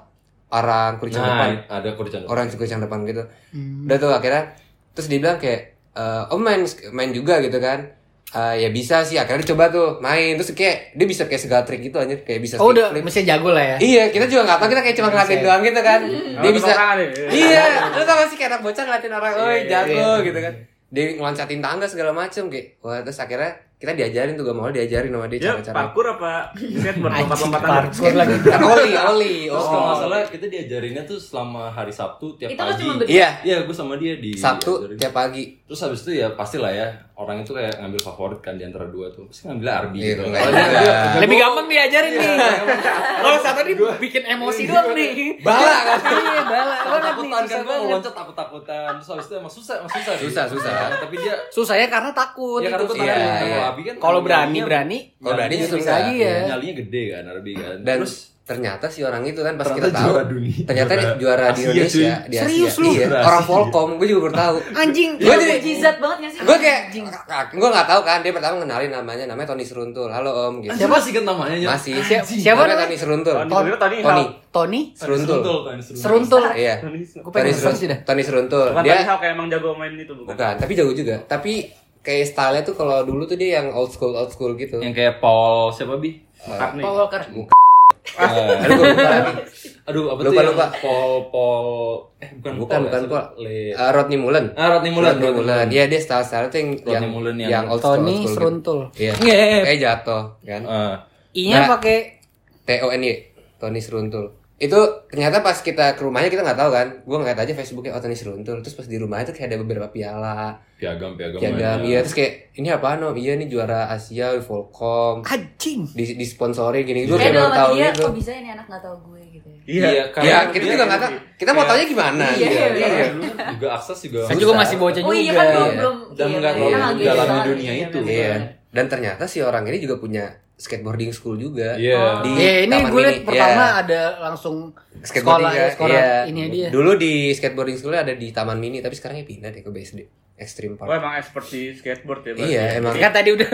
Speaker 5: orang kericang depan
Speaker 4: nah ada kurcan
Speaker 5: orang kericang depan gitu
Speaker 3: Hmm.
Speaker 5: udah tuh akhirnya terus dia bilang kayak eh, om main main juga gitu kan Eh, ya bisa sih akhirnya dia coba tuh main terus kayak dia bisa kayak segala trik gitu aja kayak bisa
Speaker 3: Oh,
Speaker 5: kick
Speaker 3: udah
Speaker 5: flip.
Speaker 3: mesti jago lah ya.
Speaker 5: iya kita juga nggak tahu kita kayak cuma ngeliatin doang gitu kan dia
Speaker 1: Orang
Speaker 5: bisa
Speaker 1: orang ada, iya.
Speaker 5: iya lu tau gak sih kayak anak bocah ngeliatin orang oh
Speaker 1: iya,
Speaker 5: jago gitu kan dia ngeloncatin tangga segala macem kayak wah terus akhirnya kita diajarin tuh gak mau diajarin sama dia
Speaker 1: Dia
Speaker 5: cara-cara
Speaker 1: parkur apa skateboard lompat-lompatan?
Speaker 3: Parkur lagi.
Speaker 5: Kan oli oli
Speaker 4: Terus
Speaker 5: oh.
Speaker 4: kalau nggak salah kita diajarinnya tuh selama hari Sabtu tiap
Speaker 2: Itu kan
Speaker 4: pagi.
Speaker 2: cuma berdua.
Speaker 5: iya
Speaker 4: Iya, gue sama dia di
Speaker 5: Sabtu
Speaker 4: diajarin.
Speaker 5: tiap pagi
Speaker 4: Terus habis itu ya pastilah ya orang itu kayak ngambil favorit kan di antara dua tuh. Pasti ngambil Arbi
Speaker 5: Iya,
Speaker 4: gitu.
Speaker 5: enggak
Speaker 4: Kalau dia-
Speaker 5: juga.
Speaker 4: dia- dia-
Speaker 3: Lebih gampang diajarin nih. [LAUGHS] Kalau satu nih bikin emosi doang nih.
Speaker 5: bala kan
Speaker 3: Iya, balak banget nih.
Speaker 4: Takutan kan
Speaker 3: susah
Speaker 4: gue
Speaker 3: banget.
Speaker 4: loncat takut-takutan Terus habis itu emang susah, emang susah sih.
Speaker 5: Susah, susah.
Speaker 4: Tapi dia
Speaker 3: Susahnya karena takut.
Speaker 4: Ya karena
Speaker 3: itu
Speaker 4: gue
Speaker 3: sih.
Speaker 5: takut.
Speaker 4: tahu
Speaker 5: Iya,
Speaker 4: kalau
Speaker 5: iya.
Speaker 4: Abi kan
Speaker 3: Kalau berani
Speaker 4: nyalinya-
Speaker 3: berani.
Speaker 5: Kalau berani
Speaker 4: nyalinya-
Speaker 5: susah.
Speaker 3: Lagi ya.
Speaker 4: Nyalinya gede kan Arbi kan.
Speaker 5: dan
Speaker 4: Terus
Speaker 5: ternyata si orang itu kan pas
Speaker 4: Ternyata
Speaker 5: kita tahu
Speaker 4: juara dunia.
Speaker 5: ternyata dia juara di
Speaker 4: Asia,
Speaker 5: Indonesia di Asia
Speaker 3: Serius lu?
Speaker 5: Iya,
Speaker 4: Juara
Speaker 5: orang
Speaker 4: Asia.
Speaker 5: Volcom gue juga baru tahu
Speaker 3: Anjing.
Speaker 5: Gua jadi-
Speaker 2: Jizat banget gak sih?
Speaker 5: gue kayak gue nggak tahu kan dia pertama kenalin namanya namanya Tony Seruntul halo om gitu
Speaker 4: siapa sih kan namanya? Nyal?
Speaker 5: masih
Speaker 3: Siapa-
Speaker 5: Namanya
Speaker 3: siapa namanya?
Speaker 5: Tony Seruntul
Speaker 1: Tony Seruntul, Tony.
Speaker 5: Tony
Speaker 3: Tony
Speaker 5: Seruntul
Speaker 4: Tony Seruntul.
Speaker 3: seruntul.
Speaker 5: iya
Speaker 3: Gue
Speaker 5: Tony
Speaker 3: pengen
Speaker 5: Seruntul
Speaker 3: seruntul sih dah.
Speaker 5: Tony Seruntul
Speaker 1: Bukan
Speaker 5: dia
Speaker 1: tadi Hawk yang emang jago main itu bukan?
Speaker 5: bukan tapi jago juga tapi kayak stylenya tuh kalau dulu tuh dia yang old school old school gitu
Speaker 4: Yang kayak Paul siapa Bi?
Speaker 1: McCartney.
Speaker 3: Paul Walker.
Speaker 4: Eh,
Speaker 5: Aduh, gue lupa lagi.
Speaker 4: Aduh, apa
Speaker 5: Ah. Lupa,
Speaker 4: tuh yang
Speaker 5: lupa.
Speaker 4: Paul Paul eh bukan
Speaker 5: Bukan,
Speaker 4: Paul, ya,
Speaker 5: bukan
Speaker 4: siapa?
Speaker 5: Paul.
Speaker 4: Le
Speaker 5: Eh, Rodney Mullen
Speaker 4: Ah, Rodney Mullen.
Speaker 5: Rodney iya. Mullen dia dia style style tuh yang
Speaker 4: Rodney
Speaker 5: yang,
Speaker 4: Mullen yang-
Speaker 5: yang old school
Speaker 3: Tony
Speaker 5: old school gitu.
Speaker 3: seruntul.
Speaker 5: Iya.
Speaker 3: Ngep.
Speaker 5: Kayak jatuh kan.
Speaker 4: Eh,
Speaker 3: I-nya
Speaker 5: Nah.
Speaker 3: pakai
Speaker 5: T O N Y. Tony Seruntul. Itu ternyata pas kita ke rumahnya kita nggak tahu kan. Gue ngeliat aja Facebooknya oh Tony Seruntul. Terus pas di rumah itu kayak ada beberapa piala,
Speaker 4: piagam piagam.
Speaker 5: piagam iya. Terus kayak ini apaan om? Iya ini juara Asia di Volcom.
Speaker 3: anjing.
Speaker 5: Di disponsori gini. Gue
Speaker 2: Kayak
Speaker 5: kayak
Speaker 2: dalam
Speaker 5: baru tahu
Speaker 2: hati dia,
Speaker 5: gitu.
Speaker 2: kok bisa ini anak gak tau gue gitu ya
Speaker 4: Iya, karena
Speaker 5: Ya kita
Speaker 4: dia-
Speaker 5: juga nggak tahu.
Speaker 1: gitu.
Speaker 5: Kita mau taunya gimana?
Speaker 2: Iya,
Speaker 5: gitu.
Speaker 2: iya.
Speaker 4: Karena dulu juga akses juga.
Speaker 3: Kan juga masih bocah juga.
Speaker 2: Oh iya kan belum
Speaker 5: Iya.
Speaker 2: belum
Speaker 4: Dan
Speaker 2: iya,
Speaker 4: nggak
Speaker 2: iya,
Speaker 4: terlalu
Speaker 2: iya,
Speaker 4: mendalami
Speaker 2: iya, iya,
Speaker 4: dunia
Speaker 2: iya,
Speaker 4: itu.
Speaker 2: bener.
Speaker 5: Iya. Dan ternyata si orang ini juga punya skateboarding school juga.
Speaker 4: Iya.
Speaker 5: Di
Speaker 3: Ya ini
Speaker 5: Taman
Speaker 3: gue liat
Speaker 5: Mini.
Speaker 3: pertama
Speaker 5: Iya.
Speaker 3: ada langsung
Speaker 5: skateboarding
Speaker 3: sekolah
Speaker 5: ya,
Speaker 3: ya, sekolah
Speaker 5: iya.
Speaker 3: ini dia.
Speaker 5: Dulu di skateboarding schoolnya ada di Taman Mini, tapi sekarang ya pindah deh ke BSD Extreme
Speaker 1: Oh
Speaker 5: Park.
Speaker 1: emang expert di skateboard ya? berarti?
Speaker 5: iya, emang.
Speaker 3: Kan tadi udah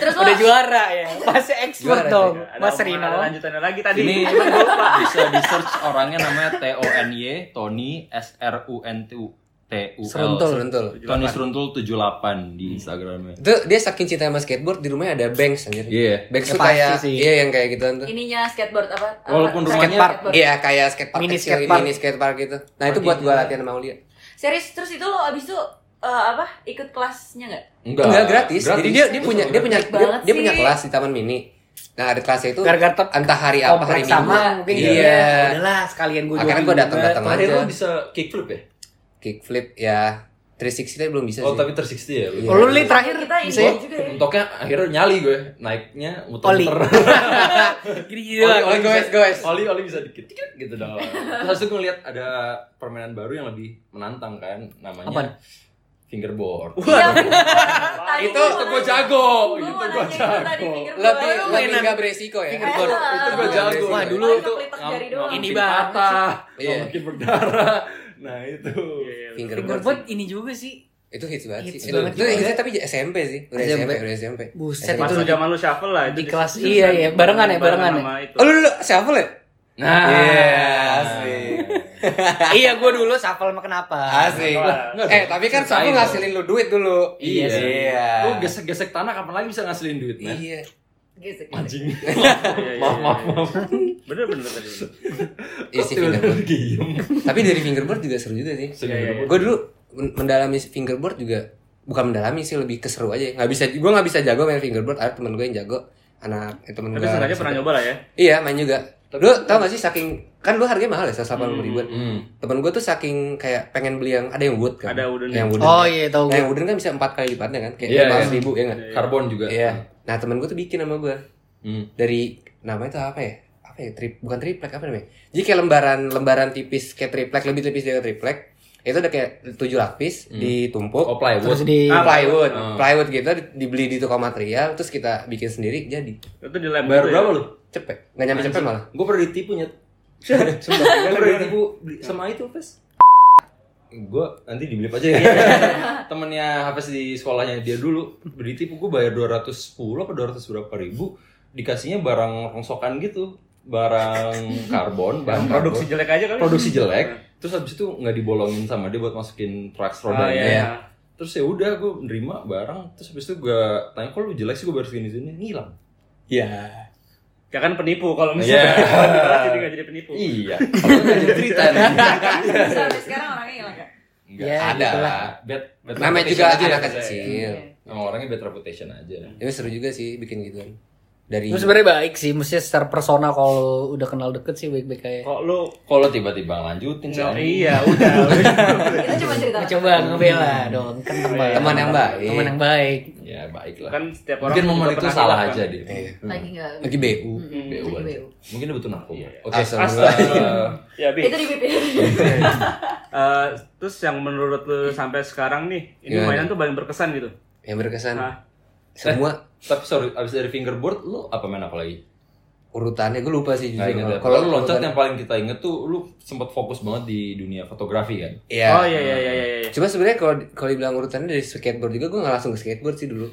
Speaker 2: Terus lo
Speaker 3: [LAUGHS] udah juara ya. Masih ekspor
Speaker 5: Juara
Speaker 3: dong.
Speaker 1: Ada
Speaker 3: Mas
Speaker 1: omongan
Speaker 3: Rino.
Speaker 1: ada lanjutannya lagi tadi. Iya,
Speaker 4: Ini
Speaker 1: Emang gua lupa.
Speaker 4: bisa di search orangnya namanya T O N Y Tony S R U N T U T U L
Speaker 3: Seruntul.
Speaker 5: Oh, Seruntul.
Speaker 4: Tony Seruntul 78 di Instagramnya.
Speaker 5: Itu dia saking cinta sama skateboard di rumahnya ada banks anjir.
Speaker 4: Iya.
Speaker 5: Banks
Speaker 3: Ya,
Speaker 5: tuh
Speaker 3: pasti
Speaker 5: kayak
Speaker 3: sih.
Speaker 5: iya yang kayak gituan tuh.
Speaker 2: ininya skateboard apa? apa,
Speaker 4: Walaupun
Speaker 2: track
Speaker 4: rumahnya-
Speaker 2: skateboard.
Speaker 5: Iya, kayak skatepark
Speaker 3: Mini
Speaker 5: kecil,
Speaker 3: skatepark.
Speaker 5: mini skatepark gitu. Nah, itu buat gua latihan sama Aulia.
Speaker 2: Serius terus itu lo abis itu eh, apa ikut kelasnya nggak?
Speaker 4: Enggak,
Speaker 5: Enggak gratis. Jadi dia dia punya dia punya
Speaker 2: Baik
Speaker 5: dia,
Speaker 2: banget
Speaker 5: dia punya
Speaker 2: sih.
Speaker 5: kelas di Taman Mini. Nah, ada kelasnya itu
Speaker 3: Gara-gara ter-
Speaker 5: entah hari apa
Speaker 3: Komplek
Speaker 5: hari Minggu.
Speaker 3: sama mungkin
Speaker 5: iya.
Speaker 3: iya. Udahlah sekalian gue
Speaker 5: Akhirnya gue datang-datang
Speaker 4: Eh, Terakhir
Speaker 5: aja.
Speaker 4: lu bisa kickflip ya?
Speaker 5: Kickflip ya 360 tadi belum bisa
Speaker 4: Oh,
Speaker 5: sih.
Speaker 4: tapi 360 ya.
Speaker 5: Iya.
Speaker 3: Lu li terakhir
Speaker 2: kita ini
Speaker 5: [LAUGHS]
Speaker 3: bisa ya?
Speaker 2: juga ya.
Speaker 4: Untoknya akhirnya nyali gue, naiknya
Speaker 3: Oli.
Speaker 4: muter-muter.
Speaker 3: Gini gini
Speaker 4: Oli,
Speaker 3: doang.
Speaker 4: oli,
Speaker 5: goes,
Speaker 4: Iya, bisa-
Speaker 5: goes.
Speaker 4: Oli, oli bisa dikit dikit gitu dong. [LAUGHS] Terus habis itu gue ngeliat ada permainan baru yang lebih menantang kan, namanya
Speaker 3: Apaan?
Speaker 4: fingerboard.
Speaker 2: Iya, tadi gua
Speaker 5: Itu- itu
Speaker 2: mau
Speaker 4: gua
Speaker 2: nanya.
Speaker 4: jago,
Speaker 2: Gua
Speaker 4: itu
Speaker 2: mau nanya
Speaker 4: gua
Speaker 2: itu tadi,
Speaker 4: jago.
Speaker 2: finger
Speaker 5: lebih
Speaker 2: gua.
Speaker 5: lebih nggak beresiko ya.
Speaker 2: Fingerboard.
Speaker 4: itu gue
Speaker 5: Iya,
Speaker 4: jago.
Speaker 5: iya. Wah,
Speaker 4: Gue.
Speaker 5: dulu
Speaker 4: itu
Speaker 2: Klik
Speaker 4: ngam-
Speaker 2: jari doang.
Speaker 4: ngamukin
Speaker 3: Ini banget
Speaker 4: patah,
Speaker 5: Iya.
Speaker 4: ngamukin berdarah. Nah, itu.
Speaker 1: Iya, iya.
Speaker 5: Fingerboard.
Speaker 3: Fingerboard ini juga
Speaker 5: [LAUGHS]
Speaker 3: sih.
Speaker 5: sih. Itu hits banget
Speaker 3: Hits
Speaker 5: sih. Itu,
Speaker 3: banget.
Speaker 5: itu hitsnya tapi SMP sih. Udah
Speaker 3: SMP.
Speaker 5: SMP, udah SMP.
Speaker 3: Buset,
Speaker 5: SMP.
Speaker 1: Masuk
Speaker 3: Itu-
Speaker 1: zaman lu shuffle lah
Speaker 3: di
Speaker 1: itu
Speaker 3: kelas-
Speaker 1: disebut
Speaker 3: iya,
Speaker 1: kan.
Speaker 3: iya. Barengan ya, barengan
Speaker 1: sama itu.
Speaker 5: Oh, lu, lu siapa ya?
Speaker 4: Nah,
Speaker 5: Iya, asik.
Speaker 3: iya gue dulu sapal sama kenapa?
Speaker 5: Asik.
Speaker 4: Nggak
Speaker 5: Eh,
Speaker 4: dong.
Speaker 5: tapi kan Sapu
Speaker 4: Selesai
Speaker 5: ngasilin lu duit dulu.
Speaker 4: Iya.
Speaker 5: Iya.
Speaker 4: Lu gesek-gesek tanah kapan lagi bisa ngasilin duit, Nah?
Speaker 5: Iya.
Speaker 2: Gesek.
Speaker 4: Anjing.
Speaker 1: Iya, iya,
Speaker 4: maaf,
Speaker 1: iya,
Speaker 4: maaf,
Speaker 1: iya.
Speaker 4: maaf.
Speaker 1: Bener bener tadi.
Speaker 5: Iya sih
Speaker 4: Tiba-tiba
Speaker 5: fingerboard.
Speaker 4: diem.
Speaker 5: Tapi dari fingerboard juga seru juga sih.
Speaker 4: Iya, iya, iya.
Speaker 5: Gue dulu men- mendalami fingerboard juga bukan mendalami sih lebih keseru aja. Nggak bisa gue nggak bisa jago main fingerboard. Ada temen gue yang jago. Anak eh, temen
Speaker 1: Tapi
Speaker 5: gue.
Speaker 1: sengaja pernah nyoba lah ya.
Speaker 5: Iya main juga. Lu tau gak sih saking kan lu harganya mahal ya 180 ribuan.
Speaker 4: kan Hmm.
Speaker 5: Temen gue tuh saking kayak pengen beli yang ada yang wood kan.
Speaker 1: Ada wooden.
Speaker 5: Yang wooden.
Speaker 3: Oh iya tau gue.
Speaker 5: Nah, yang wooden kan bisa empat kali lipatnya kan, kayak
Speaker 4: Iya,
Speaker 5: lima
Speaker 4: iya.
Speaker 5: ribu ya nggak?
Speaker 4: Karbon juga.
Speaker 5: Iya. Nah temen gue tuh bikin sama gue
Speaker 4: Hmm.
Speaker 5: dari namanya tuh apa ya? Apa ya? Trip, bukan triplek apa namanya? Jadi kayak lembaran lembaran tipis kayak triplek lebih tipis dari triplek. Itu ada kayak tujuh lapis ditumpuk.
Speaker 4: Oh, plywood.
Speaker 3: Terus di
Speaker 1: Ah,
Speaker 5: plywood,
Speaker 4: Oh.
Speaker 5: plywood gitu di- dibeli di toko material, terus kita bikin sendiri jadi
Speaker 1: Itu di lem
Speaker 4: Bayar
Speaker 1: gitu
Speaker 4: berapa
Speaker 1: ya.
Speaker 4: lu?
Speaker 5: cepet, nggak nyampe cepet malah.
Speaker 4: Gue pernah ditipu nyet. [LAUGHS] Gue pernah ditipu beli- sama itu, Fes. Gue nanti dibeli aja ya. [LAUGHS] Temennya Hafiz di sekolahnya dia dulu beli tipu gue bayar 210 apa 200 berapa ribu dikasihnya barang rongsokan gitu barang
Speaker 1: [LAUGHS]
Speaker 4: karbon barang
Speaker 1: Produksi
Speaker 4: karbon.
Speaker 1: jelek aja kali.
Speaker 4: produksi jelek
Speaker 1: Ah,
Speaker 4: terus habis itu nggak dibolongin sama dia buat masukin traks
Speaker 1: Oh
Speaker 4: rodanya
Speaker 1: iya. iya.
Speaker 4: terus ya udah gue nerima barang terus habis itu gue tanya kok lu jelek sih gue baru segini segini ngilang
Speaker 5: Iya.
Speaker 1: Ya kan penipu kalau misalnya.
Speaker 4: Iya.
Speaker 1: Kalau
Speaker 4: Oh. [LAUGHS]
Speaker 1: dibalas jadi nggak jadi penipu.
Speaker 4: iya Kalau nggak jadi cerita nih
Speaker 2: Sampai sekarang orangnya hilang nggak?
Speaker 4: Enggak,
Speaker 3: Ya,
Speaker 4: ada
Speaker 3: gitu lah.
Speaker 4: lah. Bad, bad
Speaker 5: Namanya
Speaker 4: reputation
Speaker 5: juga
Speaker 4: aja ya,
Speaker 5: anak
Speaker 4: biasanya.
Speaker 5: kecil.
Speaker 4: Emang orangnya bad reputation aja.
Speaker 5: Ini seru juga sih bikin gituan. Dari
Speaker 3: Itu sebenarnya baik sih, mestinya secara personal kalau udah kenal deket sih baik-baik aja.
Speaker 1: Kok lu
Speaker 4: Kalau tiba-tiba lanjutin sih.
Speaker 1: Nah, iya udah.
Speaker 5: Iya.
Speaker 2: Itu cuma cerita.
Speaker 3: Coba ngebela dong, kan teman.
Speaker 5: Hmm. teman yang baik.
Speaker 3: Teman yang baik.
Speaker 4: Ya baik lah.
Speaker 1: kan setiap orang
Speaker 4: Mungkin
Speaker 1: juga
Speaker 4: momen itu
Speaker 1: pernah
Speaker 4: salah
Speaker 1: dilakukan.
Speaker 4: aja deh.
Speaker 5: Iya.
Speaker 2: Lagi enggak.
Speaker 5: Lagi BU.
Speaker 3: Hmm,
Speaker 4: BU
Speaker 2: Lagi
Speaker 4: aja.
Speaker 2: BU.
Speaker 4: Mungkin dia butuh narkoba. Oke.
Speaker 5: Astaga.
Speaker 4: Eh,
Speaker 1: Ya, Bi.
Speaker 2: Itu di pipi.
Speaker 1: Eh, terus yang menurut lu sampai sekarang nih, ini
Speaker 5: Gimana?
Speaker 1: mainan tuh paling berkesan gitu.
Speaker 5: Yang berkesan.
Speaker 1: Nah,
Speaker 5: Semua
Speaker 4: Tapi sorry, abis dari fingerboard lu apa main apa lagi?
Speaker 5: urutannya gue lupa sih
Speaker 4: Nggak inget ya.
Speaker 5: jujur.
Speaker 4: Kalau lu loncat
Speaker 5: urutan-
Speaker 4: yang paling kita inget tuh lu sempat fokus banget di dunia fotografi kan?
Speaker 5: Iya.
Speaker 1: Oh iya iya iya iya. iya.
Speaker 5: Cuma sebenarnya kalau kalau dibilang urutannya dari skateboard juga gue nggak langsung ke skateboard sih dulu.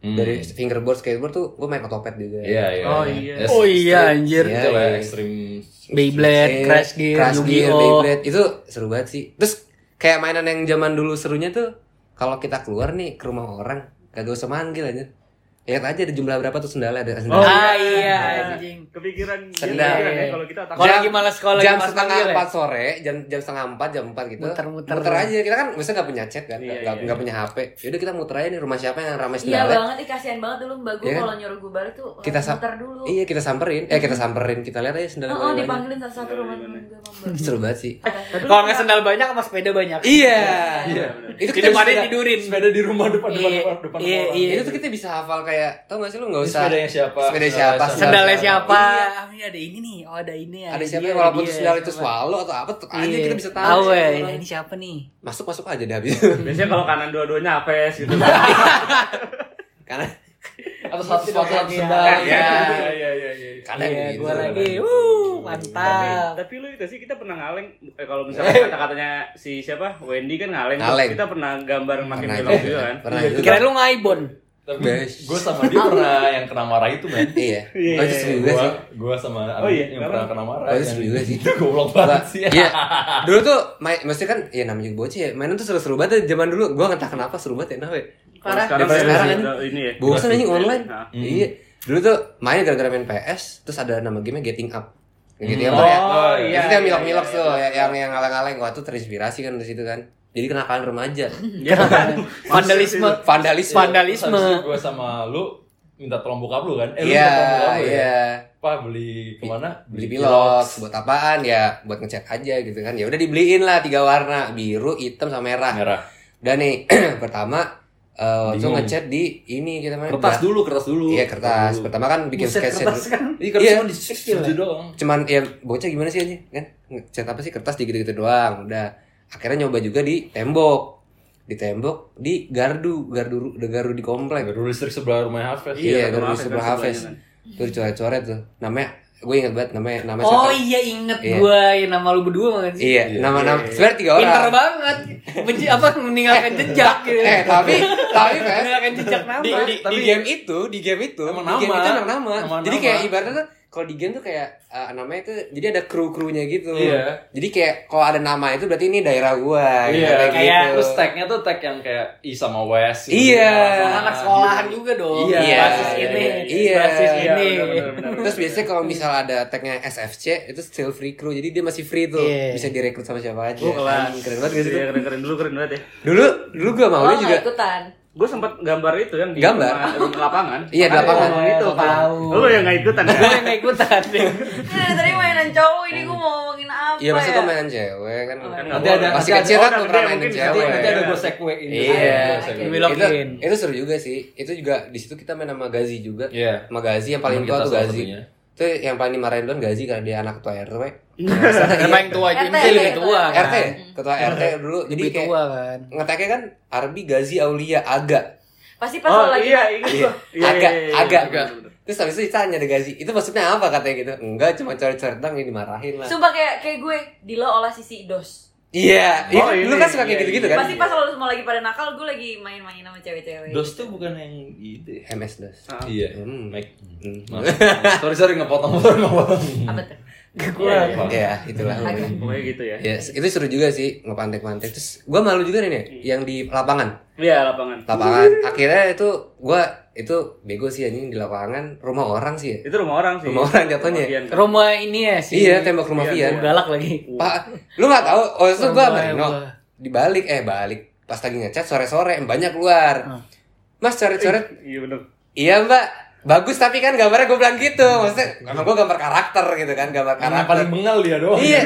Speaker 4: Hmm.
Speaker 5: Dari fingerboard skateboard tuh gue main otopet juga.
Speaker 4: Iya iya.
Speaker 1: Oh, iya.
Speaker 4: Yes.
Speaker 3: Oh iya anjir.
Speaker 5: Iya,
Speaker 4: Itu lah
Speaker 5: iya.
Speaker 4: ekstrim.
Speaker 5: Eh,
Speaker 3: Beyblade, Crash Gear,
Speaker 5: Crash Gear,
Speaker 3: Yu-Gi-Oh.
Speaker 5: Beyblade itu seru banget sih. Terus kayak mainan yang zaman dulu serunya tuh kalau kita keluar nih ke rumah orang kagak usah manggil aja. Lihat aja ada jumlah berapa tuh sendalnya ada
Speaker 1: Oh,
Speaker 5: sendal.
Speaker 3: Ah iya
Speaker 1: iya.
Speaker 3: anjing.
Speaker 1: Kepikiran
Speaker 5: Sedap.
Speaker 1: kepikiran ya kalau kita otak
Speaker 3: Kalau lagi malas sekolah
Speaker 5: jam
Speaker 3: lagi malas
Speaker 5: setengah
Speaker 3: manggil ya?
Speaker 5: empat sore, jam jam setengah empat, jam empat gitu.
Speaker 3: Muter-muter.
Speaker 5: aja. Kita kan biasanya nggak punya chat kan,
Speaker 1: Iya,
Speaker 5: nggak
Speaker 1: iya,
Speaker 5: nggak punya HP. Yaudah kita muter aja nih rumah siapa yang ramai
Speaker 2: Iya
Speaker 5: sendalnya.
Speaker 2: banget, ih kasihan banget dulu Mbak gue
Speaker 5: Iya kan?
Speaker 2: kalau nyuruh gue balik tuh eh,
Speaker 5: Kita sa-
Speaker 2: muter dulu.
Speaker 5: Iya kita samperin, eh kita samperin, kita lihat aja sendal
Speaker 2: Oh,
Speaker 5: gua
Speaker 2: oh,
Speaker 5: yang mana.
Speaker 2: dipanggilin satu-satu
Speaker 1: Iya,
Speaker 2: rumah temen gue sama Mbak. Eh,
Speaker 5: Seru Eh, banget sih.
Speaker 3: Kalau nggak sendal banyak sama sepeda banyak.
Speaker 5: Iya.
Speaker 1: Iya,
Speaker 5: Itu
Speaker 3: Di
Speaker 5: kita bisa,
Speaker 3: depannya tidurin.
Speaker 6: Sepeda di rumah depan depan
Speaker 3: Iya,
Speaker 6: depan depan
Speaker 3: iya,
Speaker 6: orang.
Speaker 3: iya.
Speaker 5: itu tuh kita bisa hafal kayak, tau gak sih lu nggak
Speaker 4: Ini
Speaker 5: usah.
Speaker 4: sepedanya siapa?
Speaker 5: Sepeda siapa?
Speaker 3: Sendalnya siapa?
Speaker 5: Iya.
Speaker 3: Ah, ini ada ini nih. Oh, ada ini.
Speaker 5: Ada siapa
Speaker 3: dia,
Speaker 5: yang walaupun
Speaker 3: dia,
Speaker 5: sendal itu
Speaker 3: siapa.
Speaker 5: swallow atau apa tetap aja
Speaker 3: Iya.
Speaker 5: kita bisa tahu. siapa
Speaker 3: eh,
Speaker 5: orang.
Speaker 3: ini siapa nih?
Speaker 5: Masuk masuk aja deh habis.
Speaker 1: biasanya kalau kanan dua-duanya apes gitu.
Speaker 5: [LAUGHS] Iya. Karena
Speaker 6: Atau satu sepatu satu
Speaker 3: Iya.
Speaker 6: sendal.
Speaker 5: Iya.
Speaker 1: iya iya iya.
Speaker 5: kadang
Speaker 3: Iya,
Speaker 5: gitu.
Speaker 3: gua lagi.
Speaker 5: kadang.
Speaker 3: Wuh,
Speaker 1: Tapi,
Speaker 3: mantap.
Speaker 1: tapi lu itu sih kita pernah ngaleng eh, kalau misalnya kata-katanya si siapa Wendy kan ngaleng, tuh.
Speaker 5: Ngaleng.
Speaker 1: kita pernah gambar makin
Speaker 5: Pernah
Speaker 1: film
Speaker 5: juga,
Speaker 1: juga kan
Speaker 5: Pernah juga.
Speaker 3: Kira lu ngaibon.
Speaker 4: Tapi
Speaker 5: Best.
Speaker 4: gue sama dia pernah yang kena marah itu men.
Speaker 5: Iya.
Speaker 1: Iya,
Speaker 5: Oh itu
Speaker 1: iya,
Speaker 5: seru juga
Speaker 4: Gue
Speaker 5: sih.
Speaker 4: gue sama
Speaker 1: Oh, iya,
Speaker 4: yang pernah kena marah.
Speaker 5: Oh, itu seru juga sih.
Speaker 4: Itu goblok banget sih.
Speaker 5: Iya. Dulu tuh main maksudnya kan ya namanya juga bocah ya. Mainan tuh seru-seru banget ya. zaman dulu. Gua entah kenapa seru banget ya kenapa ya.
Speaker 1: Kalau sekarang
Speaker 5: Daripada
Speaker 1: saya
Speaker 5: sekarang
Speaker 1: sih
Speaker 5: kan.
Speaker 1: udah ini ya
Speaker 5: Bosan anjing online.
Speaker 1: Nah.
Speaker 5: Iya. Dulu tuh main gara-gara main PS, terus ada nama gamenya Getting Up. Getting Up
Speaker 1: oh,
Speaker 5: tuh ya.
Speaker 1: iya
Speaker 5: itu kan
Speaker 1: iya,
Speaker 5: milok-milok
Speaker 1: iya,
Speaker 5: tuh ya, yang yang ngaleng-ngaleng wah tuh terinspirasi kan di situ kan. Jadi kenakalan
Speaker 1: [LAUGHS]
Speaker 5: remaja.
Speaker 1: iya.
Speaker 3: Vandalisme.
Speaker 5: Vandalisme.
Speaker 3: Vandalisme.
Speaker 4: Gue sama lu minta tolong bokap lu kan? Eh, lu
Speaker 5: Iya,
Speaker 4: minta tolong bokap lu ya?
Speaker 5: iya.
Speaker 4: Pak beli kemana?
Speaker 5: Beli
Speaker 4: pilox.
Speaker 5: pilox buat apaan ya? Buat ngecek aja gitu kan. Ya udah dibeliin lah tiga warna, biru, hitam sama merah.
Speaker 4: Merah.
Speaker 5: Udah nih, [CLEARS THROAT] pertama eh langsung
Speaker 4: Bingung.
Speaker 5: ngechat di ini kita main
Speaker 4: Kertas dulu, kertas dulu.
Speaker 5: Iya kertas.
Speaker 4: Dulu.
Speaker 5: Pertama kan bikin
Speaker 3: Buset,
Speaker 5: sketch
Speaker 3: kertas kan.
Speaker 4: Iya, kertas
Speaker 5: Iya.
Speaker 4: cuma di setuju doang.
Speaker 5: Cuman ya bocah gimana sih aja kan? Ngecat apa sih kertas gitu-gitu doang. Udah akhirnya nyoba juga di tembok. Di tembok di gardu, gardu gardu di komplek.
Speaker 4: Baru listrik sebelah rumah Hafiz.
Speaker 1: gardu
Speaker 5: Iya, gardu
Speaker 1: Hafes,
Speaker 5: sebelah
Speaker 1: gardu
Speaker 5: Hafes.
Speaker 1: sebelahnya
Speaker 5: Terus coret-coret tuh. Namanya gue ingat banget namanya namanya
Speaker 3: Oh
Speaker 5: siapa?
Speaker 3: iya inget
Speaker 5: Iya.
Speaker 3: gua ya nama lu berdua makan sih.
Speaker 5: Iya, nama nama sebenarnya tiga orang.
Speaker 3: Pinter banget. Benci apa meninggalkan jejak gitu.
Speaker 5: Eh, tapi tapi Fes,
Speaker 3: meninggalkan jejak nama.
Speaker 5: di, di, di game itu di game itu
Speaker 4: Emang
Speaker 5: di game
Speaker 4: nama.
Speaker 5: itu emang nama,
Speaker 4: Emang
Speaker 5: jadi
Speaker 4: nama.
Speaker 5: kayak ibaratnya tuh kalau di game tuh kayak eh, namanya tuh jadi ada kru krunya gitu
Speaker 4: Iya.
Speaker 5: jadi kayak kalau ada nama itu berarti ini daerah gua gitu,
Speaker 4: Iya,
Speaker 3: kayak
Speaker 5: gitu.
Speaker 4: Terus tagnya tuh tag yang kayak I sama Wes. gitu.
Speaker 5: Iya.
Speaker 3: anak sekolahan juga dong.
Speaker 4: Iya.
Speaker 3: Basis ini.
Speaker 5: Iya.
Speaker 3: Basis
Speaker 1: Iya,
Speaker 3: ini.
Speaker 1: benar, benar, benar, benar.
Speaker 5: Terus biasanya kalau misal ada tagnya SFC itu still free crew jadi dia masih free tuh
Speaker 3: Iya.
Speaker 5: bisa direkrut sama siapa aja
Speaker 1: Gua Oh, kelas.
Speaker 5: Anjing, keren banget gitu. gak sih tuh?
Speaker 1: Iya, keren-keren dulu keren banget ya
Speaker 5: dulu dulu gua
Speaker 2: Oh,
Speaker 5: mau
Speaker 2: nggak
Speaker 5: juga
Speaker 2: [LAUGHS] ikutan.
Speaker 1: gue sempat gambar itu yang di
Speaker 5: Gambar?
Speaker 1: rumah- rumah lapangan
Speaker 5: Iya, di lapangan.
Speaker 1: Ngomong itu
Speaker 3: Tahu.
Speaker 1: lu yang nggak ikutan
Speaker 5: [LAUGHS]
Speaker 3: Gue
Speaker 1: ya
Speaker 3: yang nggak
Speaker 5: Iya,
Speaker 3: ikutan.
Speaker 2: Ini dari Eh, tadi mainan cowok ini gue mau ngomongin apa
Speaker 5: iya maksud
Speaker 2: ya?
Speaker 5: gua mainan cewek kan
Speaker 1: Nanti
Speaker 4: ada-
Speaker 5: masih
Speaker 4: nanti
Speaker 5: kecil
Speaker 1: ada-
Speaker 5: kan
Speaker 1: oh,
Speaker 5: gua
Speaker 1: udah
Speaker 5: pernah
Speaker 1: gede
Speaker 5: mainin
Speaker 1: mungkin,
Speaker 5: cewek
Speaker 4: Nanti ada
Speaker 1: Iya.
Speaker 4: gue segway ini.
Speaker 5: Iya.
Speaker 4: Ada gue segway.
Speaker 5: itu,
Speaker 3: Dibelokin.
Speaker 5: itu seru juga sih itu juga di situ kita main sama Gazi juga
Speaker 4: Iya.
Speaker 5: sama Gazi yang paling
Speaker 4: Temen
Speaker 5: tua
Speaker 4: kita
Speaker 5: tuh
Speaker 4: salah
Speaker 5: Gazi
Speaker 4: satunya.
Speaker 5: itu yang paling dimarahin duluan Gazi karena dia anak ketua Eh, RW
Speaker 3: Karena yang tua aja
Speaker 2: RT,
Speaker 3: mesti lebih
Speaker 2: RT.
Speaker 3: tua kan.
Speaker 5: Iya. RT ya? ketua RT dulu jadi
Speaker 3: Lebih
Speaker 5: kayak
Speaker 3: tua kan.
Speaker 5: ngeteknya kan Arbi Gazi Aulia Aga
Speaker 2: Pasti pas
Speaker 1: oh
Speaker 2: lo lagi
Speaker 1: iya ingat gua Iya,
Speaker 5: Aga
Speaker 1: iya, iya,
Speaker 5: Aga
Speaker 1: iya.
Speaker 5: terus habis itu ditanya ada Gazi itu maksudnya apa katanya gitu enggak cuma coret-coret dong ini dimarahin lah
Speaker 2: Sumpah kayak kayak gue Dila olah sisi dos.
Speaker 5: iya
Speaker 1: Oh,
Speaker 5: iya, lu
Speaker 1: ini,
Speaker 5: kan suka kayak
Speaker 1: iya,
Speaker 5: gitu-gitu
Speaker 1: iya.
Speaker 5: kan
Speaker 2: Pasti pas lo semua lagi pada nakal, gue lagi main-main sama cewek-cewek.
Speaker 4: Dos tuh bukan yang ide.
Speaker 6: gitu ya?
Speaker 5: MS dos
Speaker 1: Ah.
Speaker 4: Iya.
Speaker 5: Hmm.
Speaker 4: Mike.
Speaker 5: Hmm.
Speaker 4: Maaf. sorry sorry ngepotong potong ngepotong.
Speaker 2: Apa tuh?
Speaker 1: Iya, iya.
Speaker 5: ya itulah
Speaker 2: Aga.
Speaker 1: pokoknya gitu ya
Speaker 5: Ya, itu seru juga sih ngepantek-pantek. Terus gua malu juga nih, nih yang di lapangan.
Speaker 1: iya lapangan
Speaker 5: Lapangan. Akhirnya itu gua itu bego sih anjing di lapangan, rumah orang sih ya.
Speaker 1: itu rumah kan. orang sih
Speaker 5: Rumah orang jatuhnya ya?
Speaker 1: Kemudian-
Speaker 3: Rumah ini ya sih.
Speaker 5: Iya, tembok rumah
Speaker 1: Iya,
Speaker 5: Vian.
Speaker 1: iya.
Speaker 3: Galak lagi.
Speaker 5: Pak, lu nggak tahu? Oh, itu gua sama Rino. dibalik eh balik pas lagi ngechat sore-sore mbaknya keluar mas coret-coret
Speaker 1: Iya bener.
Speaker 5: Iya mbak, bagus tapi kan gambarnya gue bilang gitu Maksudnya emang gue gambar karakter gitu kan, gambar
Speaker 6: Karena
Speaker 5: karakter
Speaker 6: paling bengal dia doang.
Speaker 4: Oh,
Speaker 5: Iya,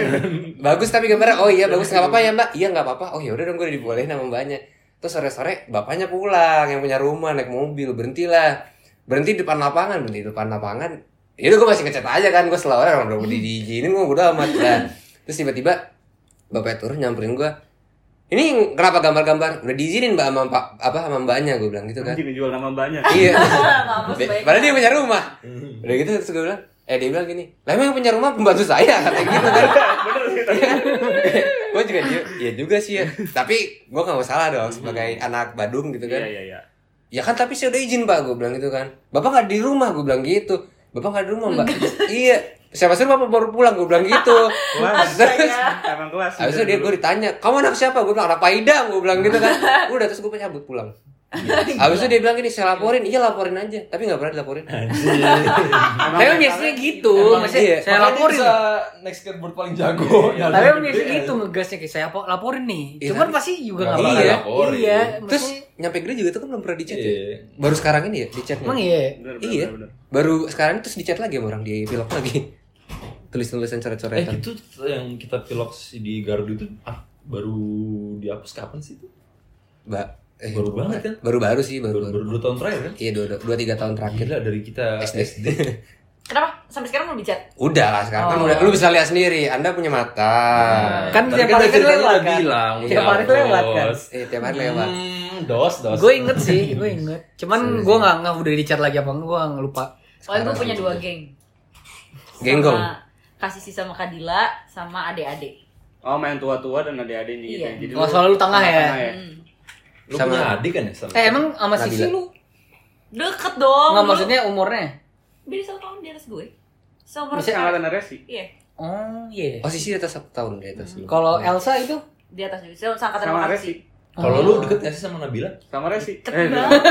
Speaker 5: bagus tapi gambarnya, oh iya bagus gak apa-apa ya mbak Iya gak apa-apa, oh yaudah dong gue udah dibolehin sama mbaknya Terus sore-sore bapaknya pulang, yang punya rumah, naik mobil, berhentilah Berhenti di depan lapangan, berhenti di depan lapangan Ya udah gue masih ngechat aja kan, gue selalu orang belum di diizinin gue udah amat Nah, Terus tiba-tiba bapaknya turun nyamperin gue ini kenapa gambar-gambar udah diizinin mbak sama pak apa sama mbaknya gue bilang gitu kan
Speaker 1: Anjing ngejual nama banyak.
Speaker 2: [LAUGHS]
Speaker 5: iya
Speaker 2: Mampus
Speaker 5: Be-
Speaker 2: baik.
Speaker 5: Padahal dia punya rumah. Udah gitu terus gue bilang, eh dia bilang gini, lah emang yang punya rumah pembantu saya kata gitu kan.
Speaker 1: [LAUGHS] bener sih tapi.
Speaker 5: Iya, gue juga dia, iya juga sih ya. Tapi gue gak masalah dong sebagai anak Badung gitu
Speaker 1: Iya
Speaker 5: kan.
Speaker 1: iya iya.
Speaker 5: Ya kan tapi saya udah izin pak, gue bilang gitu kan. Bapak gak di rumah, gue bilang gitu. Bapak gak di rumah mbak. iya. Siapa suruh bapak baru pulang, gue bilang gitu. Terus
Speaker 1: Emang kelas.
Speaker 5: Habis itu dia gue ditanya, kamu anak siapa? Gue bilang anak Paidam, gue bilang gitu kan. Udah terus gue cabut pulang.
Speaker 6: Iya.
Speaker 5: Habis itu dia bilang gini, saya laporin, iya laporin aja, tapi nggak pernah dilaporin.
Speaker 4: Eh,
Speaker 3: Tapi emang biasanya gitu,
Speaker 5: Emang iya.
Speaker 3: maksudnya saya
Speaker 6: Makanya dia
Speaker 3: laporin.
Speaker 6: bisa next skateboard paling jago.
Speaker 3: Tapi emang biasanya gitu ngegasnya kayak saya po- laporin nih.
Speaker 5: Iya,
Speaker 3: Cuman
Speaker 5: tapi-
Speaker 3: pasti juga
Speaker 6: Nggak
Speaker 3: enggak
Speaker 5: bakal
Speaker 3: Iya.
Speaker 6: laporin.
Speaker 3: Iya,
Speaker 5: Terus
Speaker 3: maksudnya-
Speaker 5: nyampe gede juga tuh kan belum pernah dicat ya.
Speaker 6: Iya.
Speaker 5: Baru sekarang ini ya dicat.
Speaker 3: Emang iya.
Speaker 5: Iya. Baru sekarang terus dicat lagi sama orang di pilok lagi. [LAUGHS] Tulis-tulisan
Speaker 6: Eh
Speaker 5: coret-coretan.
Speaker 6: itu yang kita pilok si- di Gardu itu ah, baru dihapus kapan sih itu?
Speaker 5: Mbak, eh,
Speaker 6: Baru banget kan?
Speaker 5: Baru-baru sih,
Speaker 6: Baru, baru
Speaker 5: baru-baru.
Speaker 6: dua tahun terakhir kan?
Speaker 5: Iya, dua, dua, dua tiga tahun terakhir.
Speaker 6: Gila dari kita
Speaker 5: SD. [LAUGHS]
Speaker 6: SD.
Speaker 2: Kenapa? Sampai sekarang belum dicat?
Speaker 5: Udah lah sekarang kan
Speaker 3: Oh.
Speaker 5: udah lu bisa lihat sendiri, Anda punya mata.
Speaker 4: Nah.
Speaker 3: Kan
Speaker 6: Tadi
Speaker 3: tiap
Speaker 6: kan
Speaker 3: hari
Speaker 6: tadi
Speaker 3: kan
Speaker 6: ceritanya
Speaker 3: lewat
Speaker 6: udah
Speaker 3: kan.
Speaker 6: bilang, "Ya
Speaker 3: Tiap
Speaker 6: udah
Speaker 3: hari kan lewat kan.
Speaker 6: bos.
Speaker 5: Eh, tiap hari lewat.
Speaker 6: Hmm, dos, dos.
Speaker 3: Gue inget sih, gue inget. Cuman gue nggak nggak udah dicat lagi apa enggak, gue nggak lupa.
Speaker 2: Soalnya gue
Speaker 5: Sekarang
Speaker 2: punya
Speaker 5: gitu.
Speaker 2: dua geng.
Speaker 5: Genggong.
Speaker 2: Sama kasih sisa sama Kadila sama adik-adik.
Speaker 1: Oh main tua-tua dan adik-adik gitu.
Speaker 2: Iya.
Speaker 1: ya. Jadi
Speaker 3: Oh, soalnya lu tengah ya?
Speaker 1: Eh.
Speaker 2: Hmm.
Speaker 6: Lu
Speaker 5: Sama-
Speaker 6: punya adik kan ya? Sama.
Speaker 3: Eh emang sama
Speaker 5: Nabila.
Speaker 3: Sisi lu?
Speaker 2: Deket dong.
Speaker 3: Enggak
Speaker 2: Lu-
Speaker 3: maksudnya umurnya?
Speaker 2: Beda satu tahun di atas gue. Seumur
Speaker 1: Masih
Speaker 2: sekarang.
Speaker 1: angkatan resi.
Speaker 2: Iya.
Speaker 3: Oh iya.
Speaker 5: Oh, sisi di atas satu tahun di atas.
Speaker 3: Hmm.
Speaker 5: lu.
Speaker 3: Kalau Elsa itu?
Speaker 2: Di atas gue. Sama angkatan
Speaker 1: Sama
Speaker 2: sama
Speaker 1: resi.
Speaker 2: sih.
Speaker 6: Kalau lu deket gak sih sama Nabila?
Speaker 1: Sama resi.
Speaker 2: Deket
Speaker 1: Eh,
Speaker 2: banget.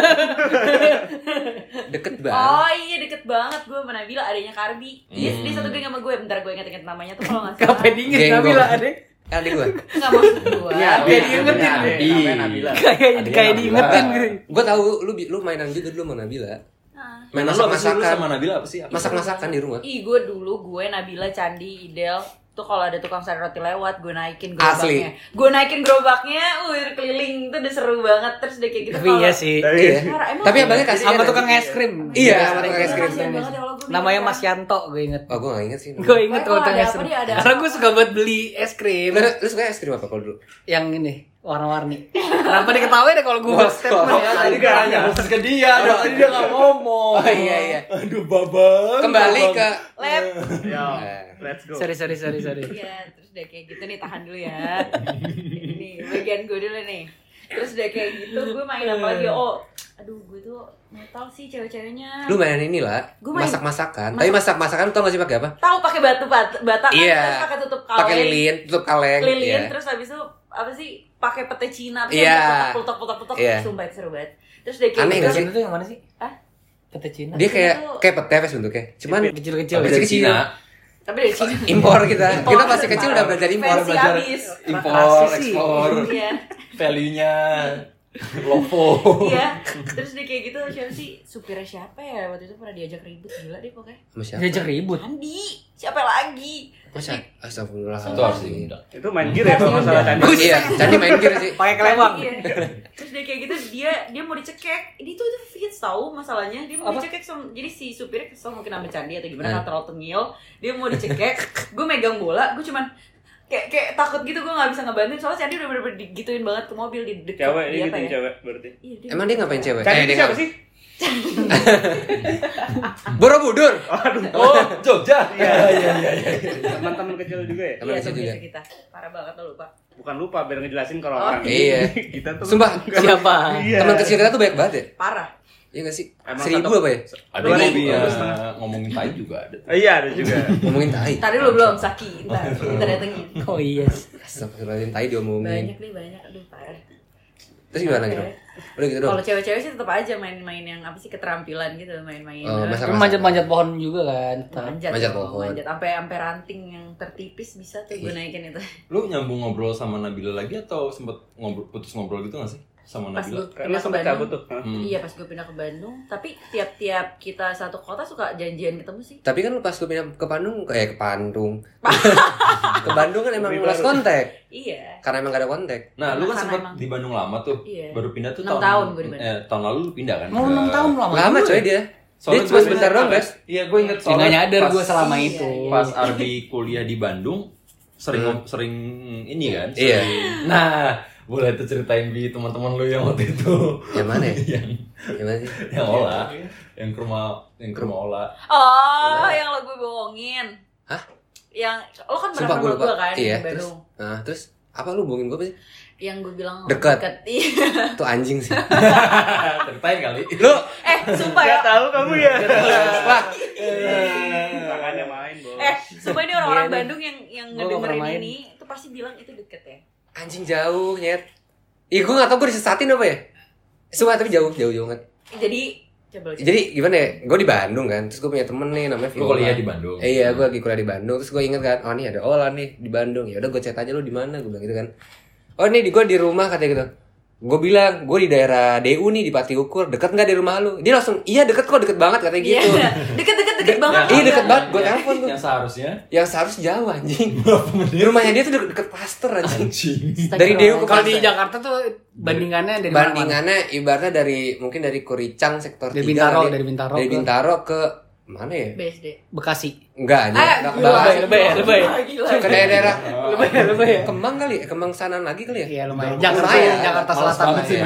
Speaker 5: deket banget.
Speaker 2: Oh iya deket banget gue sama Nabila adanya Karbi. Iya
Speaker 6: Hmm.
Speaker 2: dia satu geng sama gue. Bentar gue inget-inget namanya tuh kalau nggak salah.
Speaker 3: Kapan dingin
Speaker 5: Genggong.
Speaker 3: Nabila ada?
Speaker 5: Kan di gua.
Speaker 2: Nggak maksud gue.
Speaker 1: Iya,
Speaker 3: Kayak
Speaker 1: adik,
Speaker 3: diingetin.
Speaker 1: adik, adik, namanya Nabila.
Speaker 3: Kayaknya
Speaker 6: Adiknya
Speaker 3: kayak
Speaker 6: Nabila.
Speaker 3: diingetin gitu.
Speaker 5: Gua tahu lu bi- lu mainan juga dulu sama Nabila.
Speaker 2: Ah.
Speaker 6: Lu
Speaker 5: Main
Speaker 6: apa sih? Lu
Speaker 5: masak-masakan.
Speaker 6: sama Nabila apa sih? Apa?
Speaker 5: Masak-masakan di rumah.
Speaker 2: Ih gue dulu gue Nabila Candi Idel tuh kalau ada tukang sate roti lewat gue naikin
Speaker 5: Asli.
Speaker 2: gerobaknya. Gue naikin gerobaknya, uh keliling tuh udah seru banget terus udah kayak gitu.
Speaker 3: Tapi iya sih.
Speaker 1: Tapi
Speaker 2: Parah, emang gitu?
Speaker 5: Tapi abangnya kasih
Speaker 3: Sama tukang es krim.
Speaker 5: Iya,
Speaker 2: Iya,
Speaker 5: sama tukang es krim.
Speaker 2: kasihan banget ya Allah, gua
Speaker 3: Namanya
Speaker 2: mikir,
Speaker 3: Mas Yanto gue inget. [LAUGHS]
Speaker 5: Oh, gue gak inget sih.
Speaker 3: Gue inget
Speaker 2: Pokoknya
Speaker 3: kalau tukang
Speaker 2: kalau ada
Speaker 3: es
Speaker 2: apa,
Speaker 3: krim.
Speaker 2: dia ada
Speaker 3: Karena
Speaker 2: apa.
Speaker 3: gue suka banget beli es krim.
Speaker 5: Lu, lu suka es krim apa kalau dulu?
Speaker 3: Yang ini warna-warni. Kenapa diketawain deh kalau gue buat statement ya?
Speaker 6: Tadi gak nanya khusus ke dia, dong. tadi dia gak ngomong.
Speaker 5: Oh iya iya.
Speaker 6: Aduh babang.
Speaker 5: Kembali ke
Speaker 2: Lep.
Speaker 1: Yo,
Speaker 5: Eh.
Speaker 1: let's go.
Speaker 3: Sorry sorry sorry sorry.
Speaker 2: Iya, terus udah kayak gitu nih tahan dulu ya. Ini bagian gue dulu nih. Terus udah kayak gitu gue main apa lagi? Oh, aduh gue tuh metal sih cewek-ceweknya.
Speaker 5: lu mainan ini lah.
Speaker 2: Gua main- masak-
Speaker 5: Masak-masakan. Tapi masak-masakan lu tau gak sih pakai apa?
Speaker 2: Tahu pakai batu bat- bata kan
Speaker 5: Iya.
Speaker 2: terus pakai tutup kaleng.
Speaker 5: Pakai lilin, tutup kaleng.
Speaker 2: lilin
Speaker 5: Iya.
Speaker 2: terus habis itu apa sih pakai pete Cina terus
Speaker 5: Iya.
Speaker 2: putak putak putak
Speaker 5: Iya.
Speaker 2: sumpah itu seru banget terus dari
Speaker 3: Pete
Speaker 5: Aneh
Speaker 2: kayak
Speaker 5: nggak
Speaker 2: gitu,
Speaker 5: sih?
Speaker 3: Cina tuh yang mana sih?
Speaker 2: Hah?
Speaker 3: Pete Cina.
Speaker 5: Dia kayak
Speaker 2: Itu-
Speaker 5: kayak pete apa sih bentuknya. Cuman
Speaker 3: Iya, kecil-kecil.
Speaker 5: Tapi
Speaker 6: Dari
Speaker 5: kecil.
Speaker 6: Cina.
Speaker 2: tapi dari Cina
Speaker 5: impor kita.
Speaker 2: Impor.
Speaker 5: Kita masih kecil udah belajar impor.
Speaker 2: Fancy
Speaker 6: belajar.
Speaker 2: abis
Speaker 6: Impor,
Speaker 3: Rasis sih.
Speaker 6: ekspor,
Speaker 5: Oh.
Speaker 2: iya
Speaker 6: value-nya, lovo.
Speaker 5: Oh.
Speaker 2: iya terus dia kayak gitu siapa sih supirnya siapa ya waktu itu pernah diajak ribut gila deh pokoknya
Speaker 5: Sama siapa?
Speaker 3: Diajak ribut.
Speaker 2: Andi siapa lagi
Speaker 5: Masa? Astagfirullah.
Speaker 6: Itu harus diundang.
Speaker 1: Itu main gear ya kalau masalah tadi.
Speaker 5: Bagus ya, jadi main gear sih.
Speaker 3: Pakai kelewang.
Speaker 2: Iya. terus dia kayak gitu dia dia mau dicekek ini tuh itu hits tahu masalahnya dia mau
Speaker 3: Apa?
Speaker 2: dicekek sama, jadi si supirnya kesel mungkin sama candi atau gimana
Speaker 5: Hmm.
Speaker 2: karena terlalu tengil dia mau dicekek gue megang bola gue cuman kayak kayak takut gitu gue nggak bisa ngebantuin soalnya candi udah bener-bener digituin banget ke mobil di deket
Speaker 1: Cewek
Speaker 2: di
Speaker 1: dia
Speaker 2: apa
Speaker 1: gitu
Speaker 2: ya?
Speaker 1: cewek berarti.
Speaker 2: Iya,
Speaker 5: Emang dia ngapain cewek?
Speaker 1: Candi itu
Speaker 5: Eh, dia
Speaker 1: siapa
Speaker 5: ngapain?
Speaker 1: sih?
Speaker 5: Borobudur.
Speaker 6: Oh, Jogja.
Speaker 1: Iya.
Speaker 6: iya, iya, iya.
Speaker 1: Teman-teman kecil juga ya.
Speaker 5: Emang
Speaker 2: Iya,
Speaker 5: dia
Speaker 2: supir
Speaker 5: juga.
Speaker 2: kita parah banget lo lupa
Speaker 1: Bukan lupa biar ngejelasin kalau
Speaker 2: Oh,
Speaker 1: orang.
Speaker 5: iya.
Speaker 1: [LAUGHS] Kita tuh
Speaker 5: Sumpah,
Speaker 3: Siapa?
Speaker 1: Iya.
Speaker 5: Teman kecil kita tuh banyak banget ya.
Speaker 2: parah
Speaker 5: Iya gak sih?
Speaker 1: Emang
Speaker 5: Seribu
Speaker 1: satu-
Speaker 5: apa ya?
Speaker 6: Ada
Speaker 1: Dua ribu,
Speaker 6: yang
Speaker 1: dua setengah.
Speaker 6: ngomongin tai juga ada.
Speaker 1: Oh, Iya ada juga.
Speaker 5: Ngomongin tai.
Speaker 2: Ntar dulu belum Saki ya, ntar kita datengin
Speaker 3: Oh iya.
Speaker 5: Astagfirullahaladzim, tai diomongin.
Speaker 2: banyak nih banyak aduh parah
Speaker 5: Terus gimana gitu?
Speaker 2: Oke.
Speaker 5: Udah gitu doang.
Speaker 2: Kalau cewek-cewek sih tetap aja main-main yang apa sih keterampilan gitu, main-main.
Speaker 5: Oh,
Speaker 2: eh,
Speaker 5: masak-
Speaker 3: Kan Manjat-manjat pohon juga kan. tetap.
Speaker 2: manjat,
Speaker 5: Manjat
Speaker 2: dong,
Speaker 5: pohon.
Speaker 2: manjat sampai sampai ranting yang tertipis bisa tuh gue
Speaker 5: Iya.
Speaker 2: naikin itu.
Speaker 6: Lu nyambung ngobrol sama Nabila lagi atau sempet ngobrol, putus ngobrol gitu gak sih? Sama
Speaker 2: Pas
Speaker 6: Nabila?
Speaker 2: gue
Speaker 1: Lu
Speaker 2: pindah ke
Speaker 1: sampai cabut
Speaker 2: Bandung.
Speaker 1: tuh. Hah?
Speaker 6: Hmm.
Speaker 2: Iya pas gue pindah ke Bandung, tapi tiap-tiap kita satu kota suka janjian ketemu sih.
Speaker 5: Tapi kan lu pas gue pindah ke Bandung, eh ke
Speaker 2: [LAUGHS]
Speaker 5: Bandung. ke Bandung kan emang
Speaker 1: Lebih
Speaker 5: lost
Speaker 1: baru.
Speaker 5: kontak.
Speaker 2: Iya,
Speaker 5: Karena emang gak ada kontak.
Speaker 6: Nah, lu kan
Speaker 2: Sama
Speaker 6: sempet
Speaker 2: emang.
Speaker 6: di Bandung lama tuh.
Speaker 2: iya.
Speaker 6: Baru pindah tuh
Speaker 2: Enam
Speaker 6: tahun,
Speaker 2: tahun gua di Bandung.
Speaker 6: eh, tahun lalu lu pindah kan?
Speaker 3: Mau
Speaker 6: ke-
Speaker 3: 6 Oh, tahun
Speaker 2: Oh,
Speaker 3: lama.
Speaker 5: Lama
Speaker 2: iya.
Speaker 3: juga
Speaker 5: coy
Speaker 3: ya.
Speaker 5: dia.
Speaker 6: Soalnya
Speaker 5: Dia
Speaker 6: gua
Speaker 5: cuma
Speaker 6: ingat
Speaker 5: sebentar doang,
Speaker 6: pas-
Speaker 5: guys.
Speaker 6: Iya, gue inget
Speaker 3: Dia nggak nyadar
Speaker 6: pas-
Speaker 3: gue selama
Speaker 2: Iya,
Speaker 3: itu.
Speaker 2: iya.
Speaker 6: pas Ardi kuliah di Bandung sering sering ini kan
Speaker 5: Iya.
Speaker 6: sering- nah boleh tuh ceritain bi teman-teman lu yang waktu itu [LAUGHS]
Speaker 5: Yang mana ya?
Speaker 6: yang
Speaker 5: Yang mana
Speaker 2: Kan
Speaker 5: sih?
Speaker 6: yang olah yang ke rumah yang ke rumah olah
Speaker 2: Oh, yang lo gue bohongin.
Speaker 5: Hah?
Speaker 2: Yang lo kan pernah
Speaker 5: Sumpah gue
Speaker 2: sama
Speaker 5: lupa.
Speaker 2: gue kan
Speaker 5: iya,
Speaker 2: di
Speaker 5: terus.
Speaker 2: Bandung.
Speaker 5: Nah, terus apa lu bohongin gue apa sih?
Speaker 2: Yang gue bilang
Speaker 5: Deket.
Speaker 2: [LAUGHS] Iya.
Speaker 5: Tuh anjing sih.
Speaker 6: Ah, ceritain kali
Speaker 5: lu
Speaker 2: Eh, sumpah ya.
Speaker 1: Gak tahu kamu ya.
Speaker 5: wah,
Speaker 1: Tangannya main, Bos.
Speaker 2: Eh, sumpah ini orang-orang
Speaker 5: Iya, nih.
Speaker 2: Bandung yang yang
Speaker 3: Gua nggak pernah
Speaker 2: ngedengerin
Speaker 3: main.
Speaker 2: ini itu pasti bilang itu deket ya.
Speaker 5: anjing jauh, nyet. Ih, gue gak tau gue disesatin apa ya? Sumpah, tapi jauh, jauh, jauh banget.
Speaker 2: Jadi coba lo cek.
Speaker 5: Jadi gimana ya, gue di Bandung kan, terus gue punya temen nih namanya
Speaker 6: lu
Speaker 5: Viola.
Speaker 6: kuliah di Bandung
Speaker 5: Eh, iya, gue lagi kuliah di Bandung, terus gue inget kan, oh nih ada Ola nih di Bandung, ya udah gue chat aja lu di mana, gue bilang gitu kan. Oh nih di gue di rumah katanya gitu. Gue bilang gue di daerah DU nih di Pati Ukur, deket nggak dari rumah lu? Dia langsung iya deket kok, deket banget katanya
Speaker 2: Iya,
Speaker 5: gitu.
Speaker 2: deket-deket [LAUGHS] deket banget.
Speaker 5: Iya, deket
Speaker 2: Iya.
Speaker 5: banget. Gua telepon tuh.
Speaker 6: yang seharusnya
Speaker 5: Yang seharusnya jauh
Speaker 6: [LAUGHS]
Speaker 5: anjing. Rumahnya dia tuh deket, deket Pasteur anjing.
Speaker 6: anjing
Speaker 5: Dari Dewa ke
Speaker 3: Kalau di
Speaker 5: Pasar.
Speaker 3: Jakarta tuh bandingannya dari mana?
Speaker 5: Bandingannya ibaratnya dari mungkin dari Kuricang sektor
Speaker 3: Dari
Speaker 5: 3
Speaker 3: Bintaro,
Speaker 5: kali. ya.
Speaker 3: dari Bintaro
Speaker 5: Dari
Speaker 3: ke-
Speaker 5: Bintaro ke mana ya?
Speaker 2: BSD.
Speaker 3: Bekasi.
Speaker 5: Enggak anjing,
Speaker 2: Eh,
Speaker 5: enggak ke
Speaker 2: gila,
Speaker 5: Bekasi.
Speaker 3: lebay, lebay.
Speaker 2: Wah, gila.
Speaker 5: Ke daerah
Speaker 3: Lebih lebih ya.
Speaker 5: Kemang kali, ya? Kemang sanan lagi kali ya?
Speaker 3: Iya lumayan.
Speaker 6: Lumayan.
Speaker 3: Jakarta,
Speaker 5: Lumayan.
Speaker 3: Jakarta
Speaker 5: Males
Speaker 3: Selatan
Speaker 5: banget
Speaker 3: lah
Speaker 5: sih,
Speaker 3: ya.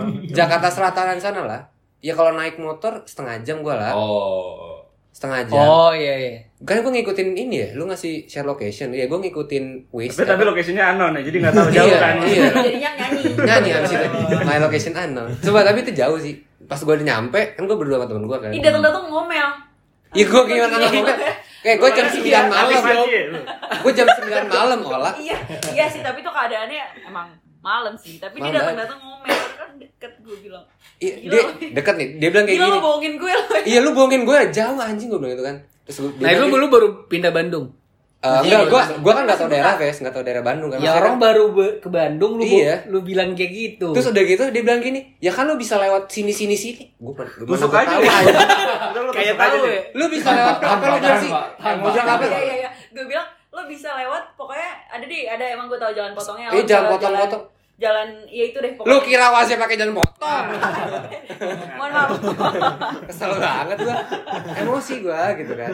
Speaker 5: men. Jakarta Selatanan sana lah. Ya kalau naik motor setengah jam gua lah,
Speaker 6: oh
Speaker 5: setengah jam.
Speaker 3: Oh iya iya.
Speaker 5: Kan gua ngikutin ini ya, lu ngasih share location. Ya gua ngikutin kan. Waze.
Speaker 1: Tapi, tapi lokasinya anon ya, jadi nggak tahu jauh
Speaker 5: Iya,
Speaker 1: kan.
Speaker 5: iya.
Speaker 2: Jadinya nyanyi.
Speaker 5: nyanyi abis [LAUGHS] itu my location unknown coba tapi itu jauh sih pas gue udah nyampe kan gue berdua sama temen gue kan
Speaker 2: Ih, datang-datang ngomel. Iya.
Speaker 5: Iya gue gimana ngomongnya Kayak gue jam 9 malam Gue jam 9 malam olah
Speaker 2: Iya, iya sih, tapi tuh keadaannya emang malam sih, tapi dia
Speaker 5: Malam.
Speaker 2: datang-datang ngomel kan deket gue bilang.
Speaker 5: Iya, Dia deket nih Dia bilang kayak
Speaker 2: Gila
Speaker 5: gini
Speaker 2: lo bohongin gue lo.
Speaker 5: Iya lu bohongin gue jauh anjing gue bilang gitu kan Terus gue
Speaker 3: Nah itu lu baru pindah Bandung.
Speaker 5: Eh, Enggak gue gua kan gak tau daerah Ves Gak tau daerah Bandung kan
Speaker 3: Ya
Speaker 5: Maksudnya
Speaker 3: orang baru be- ke Bandung lu bo-
Speaker 5: Iya.
Speaker 3: lu bilang kayak gitu.
Speaker 5: kan- Terus udah gitu dia bilang gini Ya kan lu bisa lewat sini sini sini Gue
Speaker 1: Busuk aja. deh. Udah, lu
Speaker 3: kayak
Speaker 1: busuk aja
Speaker 3: tahu
Speaker 1: deh.
Speaker 3: ya.
Speaker 5: Lu bisa lewat apa lu bilang sih
Speaker 6: Tahan,
Speaker 5: Mau bilang apa
Speaker 2: Iya, iya, iya. Gue bilang lo bisa lewat, pokoknya ada deh, ada emang gue tahu jalan potongnya. Lo
Speaker 5: Iya jalan
Speaker 2: bisa lewat
Speaker 5: potong-potong
Speaker 2: Jalan, jalan, ya itu deh
Speaker 5: Lu
Speaker 2: pokoknya.
Speaker 5: kira wasnya pakai jalan potong
Speaker 2: Mohon maaf.
Speaker 5: kesel banget gua emosi gua gitu kan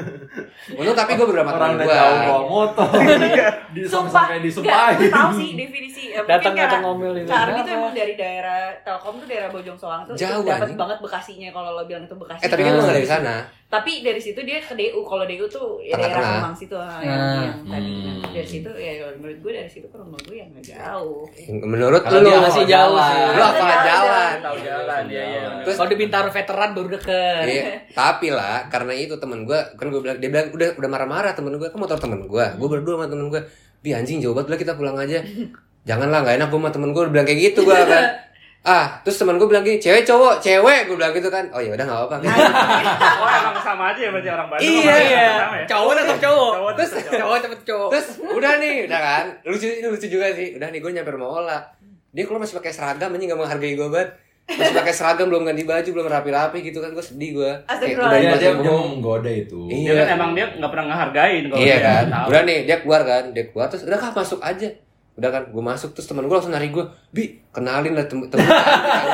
Speaker 5: untung tapi gua beberapa teman
Speaker 6: orang udah
Speaker 5: gua
Speaker 6: jauh bawa motor [LAUGHS] di
Speaker 2: Sumpah,
Speaker 6: sampai
Speaker 2: enggak,
Speaker 6: disumpahin
Speaker 2: gue tahu sih definisi. Ya, mungkin
Speaker 3: Datang datang
Speaker 2: karena-
Speaker 3: ngomel
Speaker 5: Iya,
Speaker 3: gitu.
Speaker 2: Karena itu emang dari daerah Telkom tuh daerah Bojong Soang tuh
Speaker 5: Jauh,
Speaker 2: dapat
Speaker 5: anjing.
Speaker 2: banget Bekasinya kalau lo bilang itu Bekasi.
Speaker 5: eh tapi kan
Speaker 3: Ah.
Speaker 5: gua nggak dari sana
Speaker 2: tapi dari situ dia ke DU kalau DU tuh ya
Speaker 5: Tengah-tengah.
Speaker 2: daerah Kemang situ ah, yang,
Speaker 3: Nah.
Speaker 2: yang tadi
Speaker 6: Hmm.
Speaker 2: dari situ ya menurut gue dari situ ke rumah gue yang nggak jauh
Speaker 5: menurut
Speaker 6: Kalau
Speaker 5: lu
Speaker 6: dia
Speaker 3: masih
Speaker 6: awal
Speaker 3: jauh
Speaker 6: jalan.
Speaker 3: sih.
Speaker 5: lu apalah jalan
Speaker 1: Tahu jalan, iya iya.
Speaker 5: Terus-
Speaker 3: Kalau di Bintaro veteran baru deket.
Speaker 5: Iya, tapi lah karena itu temen gua kan gua bilang dia bilang udah udah marah-marah temen gua kan motor temen gua gua berdua sama temen gua bi anjing jauh banget lah kita pulang aja janganlah nggak enak gua sama temen gua udah bilang kayak gitu gua kan ah terus temen gua bilang gini cewek cowok cewek gua bilang gitu kan oh ya udah nggak apa-apa gitu.
Speaker 1: Wah, emang sama aja ya berarti orang Bandung. sama
Speaker 5: Iya, iya.
Speaker 1: orang sama ya?
Speaker 3: Cowok tetap cowok.
Speaker 1: Cowok
Speaker 5: Terus-
Speaker 1: tetap cowok.
Speaker 3: Cowok tetap cowok.
Speaker 5: Terus udah nih, udah kan? Lucu lucu juga sih. Udah nih gue nyampe rumah Ola. Dia keluar masih pakai seragam anjing gak menghargai gue banget. Masih pakai seragam belum ganti baju, belum rapi-rapi gitu kan gue sedih gue.
Speaker 2: Astagfirullah.
Speaker 6: Iya,
Speaker 5: udah nih,
Speaker 6: dia
Speaker 5: masih
Speaker 6: dia mau
Speaker 5: bohong.
Speaker 6: menggoda itu
Speaker 5: Iya.
Speaker 1: Dia kan emang dia nggak pernah ngehargain kalau
Speaker 5: Iya
Speaker 1: dia
Speaker 5: kan?
Speaker 1: Oh, tahu.
Speaker 5: Udah nih dia keluar kan, dia keluar terus udah kah masuk aja. Udah kan gue masuk terus temen gue langsung nari gue, "Bi, kenalin lah temen-temen." [LAUGHS]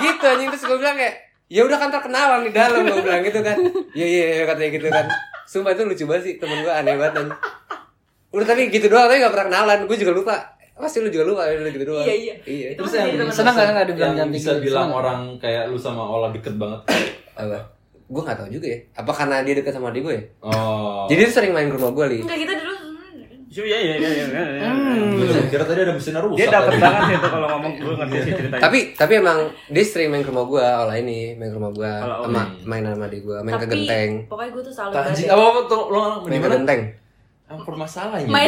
Speaker 5: gitu anjing terus gue bilang kayak, "Ya udah kan terkenalan di dalam." Gue bilang gitu kan. Iya iya iya katanya gitu kan. Sumpah itu lucu banget sih temen gue aneh banget anjing. Udah tapi gitu doang tapi gak pernah kenalan. Gue juga lupa. Pasti lu juga lupa lu gitu doang.
Speaker 2: Iya, iya.
Speaker 5: Iya.
Speaker 2: Itu masih jadi teman.
Speaker 3: Seneng gak nggak dibilang
Speaker 6: yang
Speaker 3: jam
Speaker 6: bisa
Speaker 3: tiga?
Speaker 6: bilang
Speaker 3: Seneng.
Speaker 6: orang kayak lu sama Ola deket banget
Speaker 5: Apa? Gue gak tahu juga ya. Apa karena dia dekat sama adik gue ya?
Speaker 6: oh
Speaker 5: Jadi dia sering main ke rumah gue, Li.
Speaker 2: enggak kita dulu
Speaker 1: Iya iya iya, iya. iya, iya.
Speaker 5: Hmm.
Speaker 6: Gua kira tadi ada mesin rusak
Speaker 1: Dia dapet
Speaker 6: tadi.
Speaker 1: banget itu kalau ngomong gue ngerti sih ceritanya.
Speaker 5: tapi tapi emang dia sering main ke rumah gua olah ini main ke rumah gua
Speaker 1: Olah olah.
Speaker 5: sama main sama adik gua main ke
Speaker 2: tapi
Speaker 5: genteng
Speaker 2: pokoknya gue tuh salut
Speaker 6: Anjing,
Speaker 2: banget
Speaker 6: apa apa tuh lo
Speaker 5: main ke genteng
Speaker 6: Ampun masalahnya.
Speaker 2: Main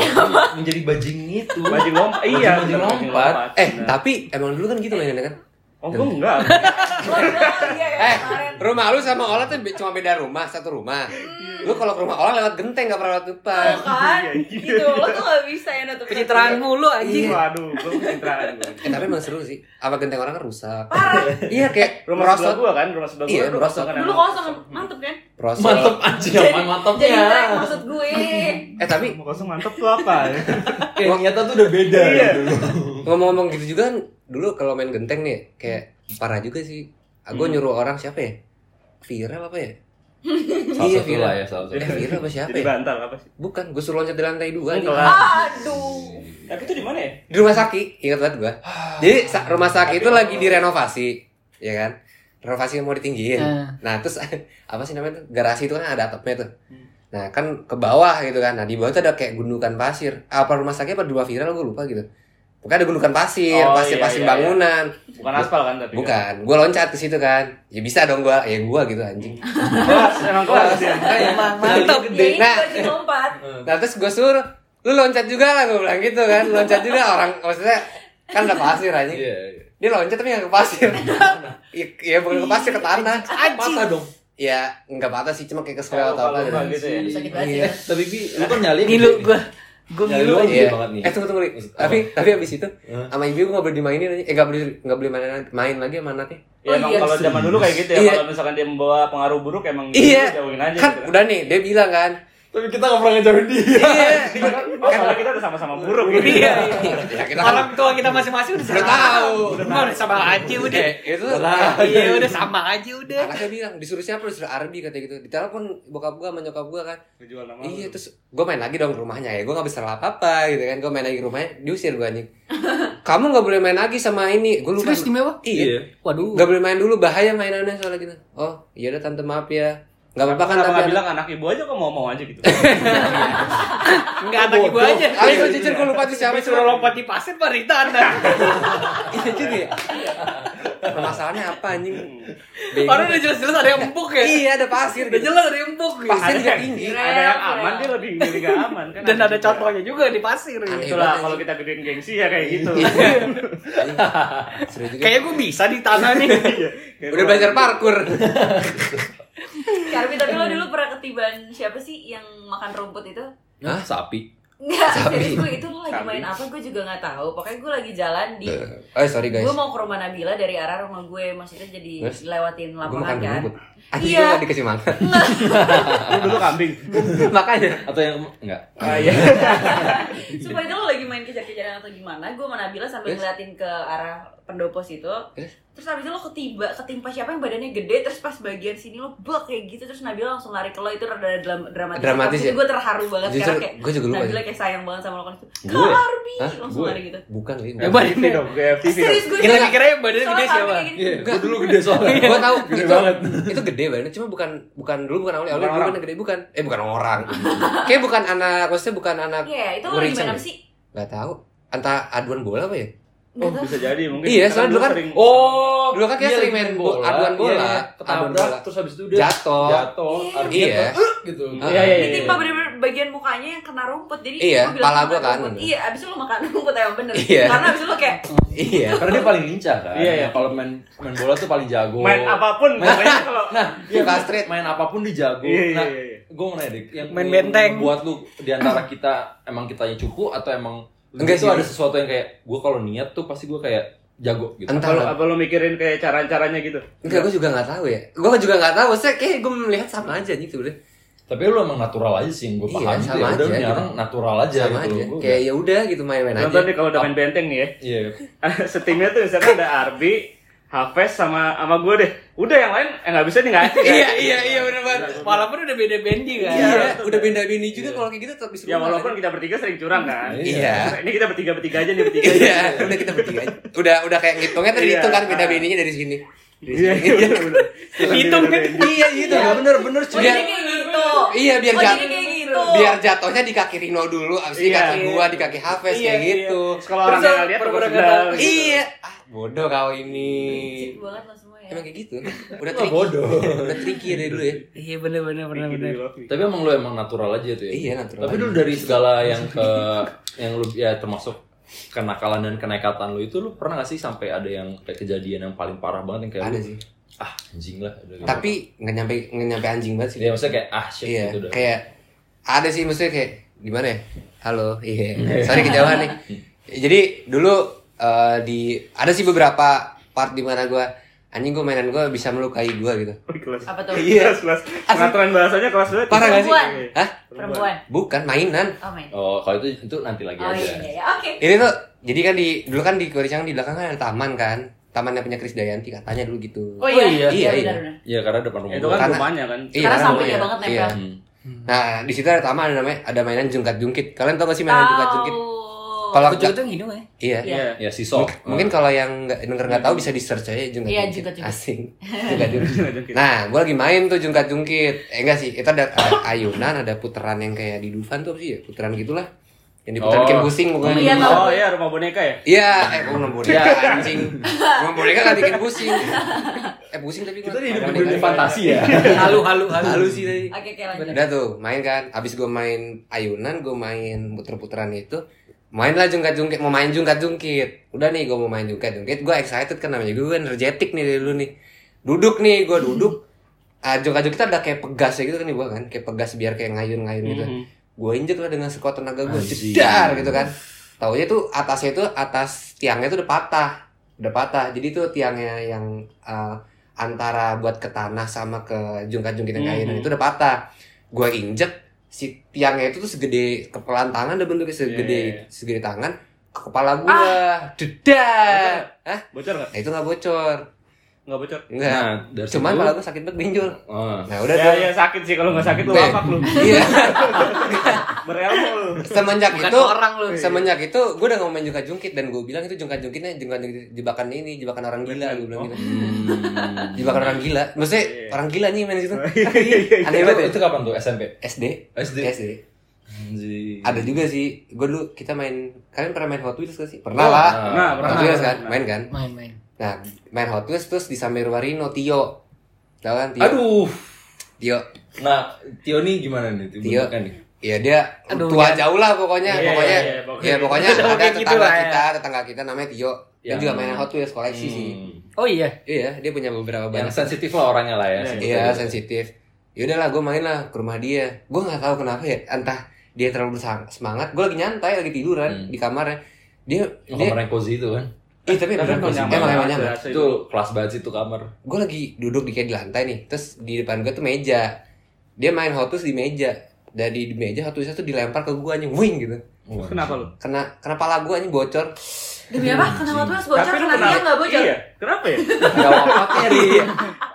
Speaker 6: Menjadi bajing itu.
Speaker 1: baju lompat, iya.
Speaker 6: Baju
Speaker 1: bener,
Speaker 6: lompat.
Speaker 5: eh
Speaker 1: bener.
Speaker 5: tapi emang dulu kan gitu mainannya kan
Speaker 1: Oh, gue enggak.
Speaker 2: Lo doang
Speaker 5: [LAUGHS]
Speaker 2: dia ya
Speaker 5: Eh,
Speaker 2: kemarin.
Speaker 5: rumah lu sama Ola tuh be- cuma beda rumah, satu rumah. Lu kalau ke rumah Ola lewat genteng gak pernah lewat depan.
Speaker 2: Tuh kan,
Speaker 1: Iya, iya.
Speaker 2: gitu. Lo tuh gak bisa ya nutup
Speaker 3: Pencitraan
Speaker 2: satu.
Speaker 3: mulu
Speaker 5: Iya.
Speaker 3: anjing.
Speaker 1: Waduh, gue pencitraan gue.
Speaker 5: Eh, tapi emang seru sih. Apa genteng orang kan rusak. iya kayak
Speaker 1: Rumah sebelah
Speaker 5: merosot.
Speaker 1: gue kan, rumah sebelah gue.
Speaker 5: Iya,
Speaker 1: rumah
Speaker 5: merosot.
Speaker 1: sebelah kan
Speaker 2: Dulu
Speaker 1: emang
Speaker 2: kosong, mantep kan?
Speaker 5: Merosot.
Speaker 6: Mantep anjing, apaan
Speaker 5: Iya.
Speaker 2: Jadi
Speaker 6: mantepnya?
Speaker 2: tren maksud gue.
Speaker 5: [LAUGHS] Eh tapi
Speaker 1: Rumah kosong mantep tuh apa?
Speaker 5: Iya,
Speaker 6: Kayak ternyata tuh udah beda
Speaker 1: Iya.
Speaker 6: dulu.
Speaker 5: ngomong-ngomong gitu juga kan dulu kalau main genteng nih kayak parah juga sih.
Speaker 4: Hmm.
Speaker 5: Aku nyuruh orang siapa ya? Viral apa ya?
Speaker 4: Salah
Speaker 5: Iya,
Speaker 4: satu
Speaker 5: Vira.
Speaker 4: lah ya, salah
Speaker 5: Eh
Speaker 4: satu.
Speaker 5: viral apa siapa
Speaker 1: Jadi
Speaker 5: ya?
Speaker 1: bantal apa sih?
Speaker 5: Bukan, gue suruh loncat di lantai dua nih.
Speaker 1: Kelas.
Speaker 2: Aduh.
Speaker 1: Tapi itu di mana ya?
Speaker 5: Di rumah sakit, ingat banget gue.
Speaker 1: Ah.
Speaker 5: Jadi sa- rumah sakit itu lagi direnovasi, ya kan? Renovasi mau ditinggiin.
Speaker 3: Eh.
Speaker 5: Nah terus [LAUGHS] apa sih namanya tuh garasi itu kan ada atapnya tuh.
Speaker 1: Hmm.
Speaker 5: Nah kan ke bawah gitu kan. Nah di bawah tuh ada kayak gundukan pasir. Apa rumah sakit apa dua viral gue lupa gitu. Pokoknya ada gundukan pasir,
Speaker 1: Oh,
Speaker 5: pasir
Speaker 1: iya,
Speaker 5: pasir
Speaker 1: iya,
Speaker 5: bangunan.
Speaker 1: Bukan aspal kan tapi. kan?
Speaker 5: Bukan, gue loncat ke situ kan. Ya bisa dong gue, ya gue gitu anjing.
Speaker 1: kan? Kelas, emang kelas. ya.
Speaker 5: [LAUGHS]
Speaker 3: Emang mantep.
Speaker 2: Ya ini
Speaker 5: Nah.
Speaker 2: buat lompat.
Speaker 5: Nah terus gue suruh, lu loncat juga lah gue bilang gitu kan. Loncat juga orang maksudnya kan ada pasir anjing.
Speaker 4: Iya.
Speaker 5: Dia loncat tapi nggak ke pasir. Iya, ya, bukan ke pasir ke tanah.
Speaker 3: Anjing.
Speaker 6: Patah dong.
Speaker 5: Ya nggak patah sih, cuma kayak
Speaker 1: Kalau
Speaker 5: keselio atau apa
Speaker 1: kalau gua
Speaker 5: gitu.
Speaker 1: gitu ya.
Speaker 2: Sakit
Speaker 5: Iya.
Speaker 2: banget sih.
Speaker 6: Tapi Bi, lu kan nyali
Speaker 3: Ngilu gua. Gua
Speaker 6: Nyali
Speaker 3: ngilu.
Speaker 6: lu kan gede
Speaker 5: Iya.
Speaker 6: banget nih.
Speaker 5: Eh tunggu tunggu Li. Tapi tapi abis itu
Speaker 6: Hah?
Speaker 5: sama ibu gue nggak boleh dimainin aja. Eh nggak boleh nggak boleh main main lagi sama anaknya.
Speaker 1: Ya, emang kalau zaman dulu kayak gitu ya,
Speaker 5: Iya.
Speaker 1: kalau misalkan dia membawa pengaruh buruk emang
Speaker 5: Iya.
Speaker 1: jauhin aja
Speaker 5: Kan
Speaker 1: gitu kan.
Speaker 5: udah nih dia bilang kan.
Speaker 6: Tapi kita gak pernah ngejauhin dia.
Speaker 5: Iya. [LAUGHS]
Speaker 1: Oh, soalnya kita udah sama-sama buruk gitu.
Speaker 3: Iya.
Speaker 5: Ya, kita kan
Speaker 3: Orang tua kita masing-masing udah
Speaker 5: udah
Speaker 3: sama.
Speaker 5: tahu.
Speaker 3: Emang udah sama aja udah. [LAUGHS]
Speaker 5: Eh, itu
Speaker 3: Iya udah sama aja udah.
Speaker 5: [LAUGHS] anaknya bilang disuruh siapa disuruh Arbi kata gitu ditelepon bokap gua sama nyokap gua kan
Speaker 1: Dijual nama
Speaker 5: iya
Speaker 1: lu.
Speaker 5: terus gua main lagi dong ke rumahnya ya gua nggak bisa salah apa apa gitu kan gua main lagi ke rumahnya diusir gua anjing kamu nggak boleh main lagi sama ini gua lupa
Speaker 3: Serius di mewah?
Speaker 5: iya
Speaker 3: Waduh.
Speaker 5: nggak boleh main dulu bahaya mainannya soalnya gitu oh iya udah tante maaf ya nggak apa-apa kan
Speaker 1: Kenapa
Speaker 5: tante
Speaker 1: nggak bilang anak ibu aja kok mau-mau aja gitu.
Speaker 3: Enggak anak ibu aja.
Speaker 5: ah gua jujur gua lupa tuh siapa
Speaker 3: Siapa suruh lompat di pasir Pak Rita Anda.
Speaker 5: [LAUGHS] iya juga ya permasalahannya apa anjing Bego.
Speaker 3: Orang udah jelas-jelas ada yang empuk ya.
Speaker 5: iya ada pasir
Speaker 3: Udah
Speaker 5: gitu.
Speaker 3: jelas ada yang empuk ya.
Speaker 5: pasir juga
Speaker 1: Ada-
Speaker 5: tinggi
Speaker 1: Ada yang aman dia lebih milih nggak aman kan.
Speaker 3: Dan ada
Speaker 1: juga.
Speaker 3: contohnya juga di pasir. gitu
Speaker 5: Aneh.
Speaker 1: Itulah kalau kita gedein gengsi ya kayak gitu.
Speaker 5: Iya. Anjing. Seru juga.
Speaker 3: Kayaknya gue bisa di tanah nih.
Speaker 5: udah belajar parkur
Speaker 2: Karbi, tapi
Speaker 5: Iya.
Speaker 2: lo dulu pernah ketiban siapa sih yang makan rumput itu?
Speaker 4: Hah? Sapi.
Speaker 2: Enggak,
Speaker 5: Sapi.
Speaker 2: serius gue itu lo lagi
Speaker 1: Sapi.
Speaker 2: main apa gue juga nggak tahu. Pokoknya gue lagi jalan di
Speaker 5: oh sorry guys
Speaker 2: gue mau ke rumah Nabila dari arah rumah gue maksudnya jadi
Speaker 5: Terus?
Speaker 2: lewatin
Speaker 5: gue
Speaker 2: lapangan
Speaker 5: makan
Speaker 2: kan
Speaker 5: rumput Anjing
Speaker 2: Iya.
Speaker 5: gue gak dikasih
Speaker 2: [LAUGHS]
Speaker 5: makan
Speaker 1: Lu dulu kambing.
Speaker 5: Makanya
Speaker 4: Atau yang enggak?
Speaker 1: Ah iya.
Speaker 2: supaya itu lo lagi main kejar-kejaran atau gimana gue sama Nabila sambil
Speaker 5: Terus?
Speaker 2: ngeliatin ke arah pendopo situ
Speaker 5: Terus?
Speaker 2: terus habis itu lo ketiba ketimpa siapa yang badannya gede terus pas bagian sini lo bek kayak gitu terus Nabila langsung lari ke lo itu rada dram- dramatis
Speaker 5: Dramatis
Speaker 2: Habis itu
Speaker 5: ya?
Speaker 2: gue terharu banget
Speaker 5: Justru
Speaker 2: karena kayak
Speaker 5: gue juga lupa
Speaker 2: Nabila
Speaker 5: sih.
Speaker 2: kayak sayang banget sama lo kan
Speaker 4: Gue?
Speaker 2: Karbi
Speaker 5: Hah?
Speaker 2: langsung
Speaker 4: Gue?
Speaker 2: lari gitu
Speaker 5: Bukan Li
Speaker 1: Ya,
Speaker 3: Bukan.
Speaker 1: FTV dong, kayak FTV dong.
Speaker 2: serius gue
Speaker 3: Kita
Speaker 2: juga-
Speaker 3: mikirnya yang badannya
Speaker 2: Iya.
Speaker 3: gede
Speaker 2: Soalnya
Speaker 3: siapa?
Speaker 2: Karbi kayak gini.
Speaker 6: Iya, gua dulu gede soalnya.
Speaker 5: Gue tau
Speaker 6: Gede
Speaker 5: itu,
Speaker 6: banget.
Speaker 5: itu gede banget Cuma bukan bukan dulu bukan awli Awli
Speaker 1: Bukan
Speaker 5: dulu
Speaker 1: orang.
Speaker 5: kan gede bukan Eh bukan orang Kayak bukan anak Maksudnya bukan anak
Speaker 2: Iya, itu lo lagi
Speaker 5: Merica
Speaker 2: main apa
Speaker 5: ya?
Speaker 2: sih?
Speaker 5: Gak tau Antara aduan bola apa ya
Speaker 1: Oh,
Speaker 2: Nggak tahu.
Speaker 1: bisa jadi mungkin.
Speaker 5: Iya,
Speaker 1: Karena
Speaker 5: soalnya dulu kan-
Speaker 1: sering-
Speaker 6: Oh,
Speaker 5: Dulu kan kayak
Speaker 6: dia
Speaker 5: sering
Speaker 6: lagi
Speaker 5: main bo- aduan bola.
Speaker 6: iya, iya.
Speaker 5: Aduan
Speaker 6: Ketabrak,
Speaker 5: bola.
Speaker 6: terus habis itu dia
Speaker 5: Jatuh
Speaker 6: jatuh.
Speaker 2: Iya.
Speaker 6: Artinya
Speaker 5: Iya.
Speaker 6: tuh, "Eh," gitu.
Speaker 1: Iya, iya, iya.
Speaker 2: ditimpa bener-bener bagian mukanya yang kena rumput jadi
Speaker 5: Iya,
Speaker 2: gua bilang
Speaker 5: pala
Speaker 2: lu
Speaker 5: gua
Speaker 2: makan
Speaker 5: kan.
Speaker 2: rumput. iya abis itu lo makan rumput emang bener
Speaker 5: Iya.
Speaker 2: karena abis itu lo kayak
Speaker 5: Iya
Speaker 6: Karena dia paling lincah kan.
Speaker 1: Iya, iya.
Speaker 6: Kalau main main bola tuh paling jago.
Speaker 1: main apapun pokoknya kalau
Speaker 6: Nah, dia
Speaker 5: Suka street.
Speaker 6: main apapun dia jago.
Speaker 1: Iya, iya,
Speaker 6: Nah,
Speaker 1: iya, iya.
Speaker 6: gue mau nanya Dik, yang
Speaker 3: Main benteng.
Speaker 6: buat lu diantara kita emang kitanya cupu atau emang enggak
Speaker 5: Enggak sih.
Speaker 6: sih ada sesuatu yang kayak gue kalau niat tuh pasti gue kayak jago gitu.
Speaker 5: Entah
Speaker 1: kalau
Speaker 5: lah.
Speaker 1: apa lu mikirin kayak cara-caranya gitu.
Speaker 5: Enggak gue juga gak tahu ya Gue juga gak tahu Maksudnya kayak gue melihat sama aja gitu udah
Speaker 6: Tapi lu emang natural aja sih yang gue
Speaker 5: Iya,
Speaker 6: paham gitu
Speaker 5: sama
Speaker 6: ya. Udah
Speaker 5: aja
Speaker 6: punya
Speaker 5: gitu.
Speaker 6: orang natural aja
Speaker 4: Iya,
Speaker 6: gitu.
Speaker 5: Sama aja
Speaker 6: Gua
Speaker 5: Kayak
Speaker 6: udah-
Speaker 5: ya udah gitu main-main aja
Speaker 1: Contoh nih kalau udah main benteng nih ya. [LAUGHS]
Speaker 6: Iya.
Speaker 1: Setimnya tuh misalkan ada Arbi, Hafes sama sama gue deh. Udah yang lain eh nggak bisa nih nggak asik, kan?
Speaker 3: Iya iya iya benar banget. Walaupun udah beda bendi kan.
Speaker 5: Iya, udah benda bini juga kalau kayak gitu tetap disuruh
Speaker 1: Ya
Speaker 5: main.
Speaker 1: walaupun kita bertiga sering curang kan.
Speaker 5: Iya.
Speaker 1: Ini kita bertiga bertiga aja nih bertiga. aja.
Speaker 5: Iya, udah kita bertiga aja. Udah udah kayak ngitungnya tadi
Speaker 1: Iya.
Speaker 5: dihitung kan beda bininya dari sini.
Speaker 1: Iya. iya, bener.
Speaker 3: Hitung kan.
Speaker 5: Iya gitu.
Speaker 6: Iya, bener bener
Speaker 2: oh
Speaker 6: cuy.
Speaker 2: jadi kayak gitu
Speaker 5: Iya biar
Speaker 2: oh jadi
Speaker 5: jatuh.
Speaker 2: kayak gitu
Speaker 5: Biar jatuhnya di kaki Rino dulu, abis di
Speaker 1: Iya,
Speaker 5: kaki
Speaker 1: iya.
Speaker 5: gua, di kaki
Speaker 3: Iya,
Speaker 5: Hafiz kayak
Speaker 3: iya.
Speaker 5: gitu.
Speaker 1: Terus kalau orang
Speaker 3: Terus
Speaker 1: yang lihat
Speaker 3: pura-pura
Speaker 1: pura
Speaker 3: nggak
Speaker 1: sendal.
Speaker 3: tahu.
Speaker 1: gitu.
Speaker 5: Iya. Ah, bodoh kau ini.
Speaker 2: Cik banget lo semua ya
Speaker 5: Emang kayak gitu. Udah
Speaker 6: Lu
Speaker 5: tricky.
Speaker 6: bodoh.
Speaker 5: Udah tricky dari dulu ya.
Speaker 3: Iya bener bener bener
Speaker 1: Gitu,
Speaker 3: bener.
Speaker 1: you love me.
Speaker 6: Tapi emang lu emang natural aja tuh ya.
Speaker 5: Iya, natural
Speaker 6: Tapi
Speaker 5: aja.
Speaker 6: lu dari segala yang ke yang lu ya termasuk
Speaker 4: kenakalan dan kenekatan lu itu lu pernah gak sih sampai ada yang kayak kejadian yang paling parah banget yang kayak
Speaker 5: ada
Speaker 4: lu,
Speaker 5: sih
Speaker 4: ah anjing lah udah gitu.
Speaker 5: tapi nggak nyampe nggak nyampe anjing banget sih
Speaker 4: ya maksudnya kayak ah shit
Speaker 5: iya
Speaker 4: gitu udah
Speaker 5: kayak ada sih maksudnya kayak gimana ya halo iya sorry kejauhan nih jadi dulu eh, di ada sih beberapa part di mana gue anjing gue mainan gue bisa melukai gue gitu
Speaker 1: Wih, kelas.
Speaker 2: Apa tuh?
Speaker 5: Iya.
Speaker 1: Kelas kelas. Pengaturan bahasanya kelas dua. Iya.
Speaker 5: Parah
Speaker 2: nggak sih?
Speaker 5: Hah?
Speaker 2: Perempuan.
Speaker 5: bukan mainan
Speaker 2: Oh main.
Speaker 4: oh kalau itu itu nanti lagi
Speaker 2: Oh
Speaker 4: aja
Speaker 2: iya, iya, iya. Oke.
Speaker 5: ini tuh jadi kan di dulu kan di Korisang di belakang kan ada taman kan tamannya punya Kris Dayanti katanya dulu gitu
Speaker 2: Oh iya,
Speaker 5: iya, iya.
Speaker 2: benar, benar.
Speaker 4: Iya karena depan rumah
Speaker 1: Itu
Speaker 4: gua.
Speaker 1: kan
Speaker 5: Karena-
Speaker 1: rumahnya kan.
Speaker 5: Iya,
Speaker 2: Karena ya,
Speaker 5: kan
Speaker 2: sampingnya
Speaker 5: namanya.
Speaker 2: banget nempel.
Speaker 5: Iya.
Speaker 4: Hmm.
Speaker 5: Nah, di situ ada taman ada namanya ada mainan jungkat jungkit. Kalian tau gak sih mainan jungkat jungkit?
Speaker 2: Tahu.
Speaker 5: Kalau
Speaker 3: Aku juga
Speaker 5: nggak-
Speaker 3: tuh gini weh.
Speaker 5: iya.
Speaker 2: Iya.
Speaker 4: ya
Speaker 6: Hmm.
Speaker 4: sisok
Speaker 5: Mungkin- Mungkin kalau yang nggak denger nggak tahu bisa di search aja jungkat
Speaker 2: Iya,
Speaker 5: jungkit.
Speaker 2: jungkat-jungkit.
Speaker 5: Asing. Jungkat jungkit.
Speaker 1: Jungkat-jungkit.
Speaker 5: nah, gue lagi main tuh jungkat jungkit. Eh enggak sih, itu ada, ada ayunan, ada puteran yang kayak di Dufan tuh apa sih ya? Puteran gitulah. Yang diputar
Speaker 4: Oh.
Speaker 5: bikin pusing bukan?
Speaker 2: Iya, tahu.
Speaker 1: Oh iya rumah boneka ya.
Speaker 5: Iya, eh gue nomor boneka
Speaker 6: Iya.
Speaker 5: anjing. Nomor boneka gak bikin pusing. Eh pusing tapi
Speaker 6: Kita
Speaker 5: gua-
Speaker 6: hidup
Speaker 5: ada
Speaker 6: di dunia
Speaker 5: boneka.
Speaker 6: fantasi ya.
Speaker 5: Iya.
Speaker 3: Halu halu halu.
Speaker 5: Halu sih tadi.
Speaker 2: Oke, oke lanjut.
Speaker 5: Iya, Udah tuh main kan, abis gue main ayunan, gue main puter-puteran itu Main lah jungkat-jungkit, mau main jungkat-jungkit Udah nih gue mau main jungkat-jungkit, gue excited kan namanya gue energetik nih dari dulu nih Duduk nih, gue duduk Ah, jungkat-jungkit ada kayak pegas ya gitu kan nih gua kan Kayak pegas biar kayak ngayun-ngayun gitu
Speaker 1: Mhm.
Speaker 5: Gue injek lah dengan sekuat tenaga gue,
Speaker 4: Anjing.
Speaker 5: jedar gitu kan Taunya tuh atasnya tuh, atas tiangnya tuh udah patah Udah patah, jadi tuh tiangnya yang ah, antara buat ke tanah sama ke jungkat-jungkit yang
Speaker 4: Mm-hmm.
Speaker 5: kayunan
Speaker 1: Mhm.
Speaker 5: itu udah patah gue injek si tiangnya itu tuh segede kepelan tangan udah bentuknya segede
Speaker 1: Iya, iya,
Speaker 5: segede tangan ke kepala gue
Speaker 4: Ah!
Speaker 5: dedar Hah?
Speaker 1: Bocor nggak?
Speaker 5: Nah, itu nggak bocor
Speaker 1: Nggak bocor.
Speaker 5: nggak
Speaker 4: nah dari
Speaker 5: Iya. cuman
Speaker 4: situ-
Speaker 5: kepala gue sakit banget benjol
Speaker 4: Ah.
Speaker 5: nah udah
Speaker 1: Ya
Speaker 5: tuh
Speaker 1: ya sakit sih kalau nggak sakit lu
Speaker 5: Be.
Speaker 1: apa lu.
Speaker 5: iya [LAUGHS]
Speaker 1: Berelmu lu.
Speaker 5: semenjak
Speaker 3: Bukan
Speaker 5: itu
Speaker 3: orang lu.
Speaker 1: Iya.
Speaker 5: semenjak itu gue udah ngomongin jungkat jungkit dan gue bilang itu jungkat jungkitnya jungkat jungkit jebakan ini jebakan orang gila gue bilang gitu
Speaker 4: Hmm.
Speaker 5: jebakan orang gila maksudnya
Speaker 1: Oh. [LAUGHS] Iya.
Speaker 5: orang gila nih main situ aneh
Speaker 4: itu,
Speaker 5: banget ya
Speaker 4: itu kapan tuh SMP
Speaker 5: SD
Speaker 4: SD
Speaker 5: SD
Speaker 1: Iya.
Speaker 4: Anjing.
Speaker 5: ada juga sih gue dulu kita main kalian pernah main Hot Wheels gak sih
Speaker 4: Oh,
Speaker 5: pernah lah
Speaker 1: Nah, pernah.
Speaker 5: Hot Wheels kan
Speaker 1: Pernah.
Speaker 5: main kan
Speaker 3: Main main.
Speaker 5: nah main Hot Wheels terus di Samir Warino Tio tau kan Tio
Speaker 4: aduh
Speaker 5: Tio
Speaker 4: nah Tio nih gimana nih Tio,
Speaker 5: Tio.
Speaker 4: bentukan nih
Speaker 5: ya dia
Speaker 3: Aduh,
Speaker 5: tua
Speaker 3: ya.
Speaker 5: jauh lah pokoknya
Speaker 1: Iya,
Speaker 5: pokoknya
Speaker 1: iya, iya, pokoknya.
Speaker 5: ya
Speaker 1: [LAUGHS]
Speaker 5: pokoknya
Speaker 3: Pokoknya
Speaker 5: ada
Speaker 3: gitu
Speaker 5: tetangga
Speaker 3: lah, ya.
Speaker 5: kita
Speaker 1: iya.
Speaker 5: tetangga kita namanya Tio dia
Speaker 4: Yang-
Speaker 5: juga main Hot Wheels koleksi sih
Speaker 4: Hmm.
Speaker 3: Oh iya.
Speaker 5: iya dia punya beberapa
Speaker 4: yang
Speaker 5: banyak
Speaker 4: sensitif lah orangnya lah ya
Speaker 1: Iya,
Speaker 4: sensitif.
Speaker 5: iya sensitif yaudah lah gue main lah ke rumah dia gue nggak tahu kenapa ya entah dia terlalu bersang- semangat gue lagi nyantai lagi tiduran
Speaker 4: Hmm.
Speaker 5: di kamarnya dia
Speaker 4: Oh,
Speaker 5: dia
Speaker 4: kamar yang cozy itu kan
Speaker 5: eh tapi
Speaker 1: Tapi
Speaker 5: beneran
Speaker 1: emang nyaman.
Speaker 5: emang emang nyaman
Speaker 1: Berasa
Speaker 4: itu kelas banget ya, sih itu kamar
Speaker 5: gue lagi duduk di kayak di lantai nih terus di depan gue tuh meja dia main hot Wheels di meja dari di meja hot Wheels-nya tuh dilempar ke gue anjing wing gitu
Speaker 1: Kenapa lu?
Speaker 5: kena kena pala gue anjing bocor
Speaker 2: Demi apa?
Speaker 5: Iya.
Speaker 2: Kenapa tuh harus bocor?
Speaker 1: Tapi lu
Speaker 2: Kenapa dia nggak bocor?
Speaker 1: Iya, kenapa ya?
Speaker 4: ya opaknya dia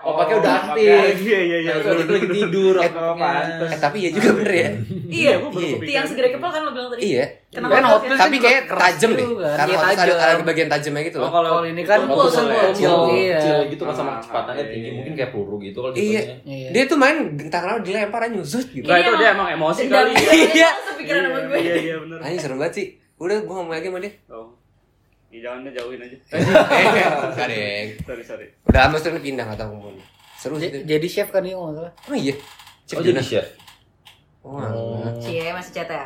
Speaker 4: opaknya udah aktif
Speaker 1: Iya, iya, iya.
Speaker 4: Nah, itu lagi lagi tidur
Speaker 5: Eh,
Speaker 4: opaknya
Speaker 5: eh, tapi ya juga bener
Speaker 4: [LAUGHS]
Speaker 5: ya
Speaker 2: Iya.
Speaker 1: gua baru
Speaker 5: Iya.
Speaker 1: kepikiran.
Speaker 2: Tiang segede kepel kan lo bilang tadi.
Speaker 5: iya
Speaker 2: Kenapa
Speaker 3: Kan
Speaker 2: Hot
Speaker 3: Hot
Speaker 2: Wheels
Speaker 3: Wheels
Speaker 5: tapi
Speaker 3: juga
Speaker 5: kayak
Speaker 3: keras
Speaker 5: tajam deh
Speaker 3: juga.
Speaker 5: karena
Speaker 3: Iya,
Speaker 5: hot Wheels ada,
Speaker 3: tajam.
Speaker 5: ada bagian tajamnya gitu
Speaker 1: Oh,
Speaker 5: loh
Speaker 1: kalau
Speaker 3: Kalau ini kan
Speaker 2: Tumpul,
Speaker 4: Waktu
Speaker 2: tumpul.
Speaker 4: kecil,
Speaker 3: Kecil, iya.
Speaker 4: kecil gitu kan sama kecepatannya
Speaker 1: Ah,
Speaker 4: tinggi
Speaker 1: iya.
Speaker 4: mungkin kayak peluru gitu kalau
Speaker 5: Iya.
Speaker 4: jatuhnya.
Speaker 3: Iya.
Speaker 5: dia tuh main gentar lalu dilempar anjing zut
Speaker 4: Iya.
Speaker 5: gitu
Speaker 1: Nah, itu dia emang emosi
Speaker 2: Dendam
Speaker 1: kali.
Speaker 2: gue,
Speaker 5: Iya.
Speaker 2: langsung pikiran sama gue.
Speaker 1: Iya, iya, bener.
Speaker 5: anjing serem banget sih udah gue ngomong lagi sama dia
Speaker 1: Oh. Ya, jangan deh, jauhin
Speaker 4: [LAUGHS]
Speaker 1: aja.
Speaker 4: Iya,
Speaker 5: eh enggak, deng.
Speaker 1: Sorry, sorry.
Speaker 5: udah maksudnya pindah nggak tahu ngomong seru
Speaker 3: J-
Speaker 5: sih itu.
Speaker 3: Jadi chef kan dia nggak salah.
Speaker 5: oh iya
Speaker 4: Iya, Oh
Speaker 5: Cek
Speaker 4: jadi
Speaker 5: Jonas.
Speaker 4: chef.
Speaker 5: Oh, enggak.
Speaker 2: Cie masih chat ya.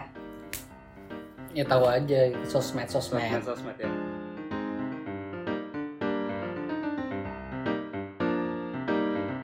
Speaker 3: Ya tahu aja sosmed sosmed.
Speaker 1: Sosmed, sosmed ya.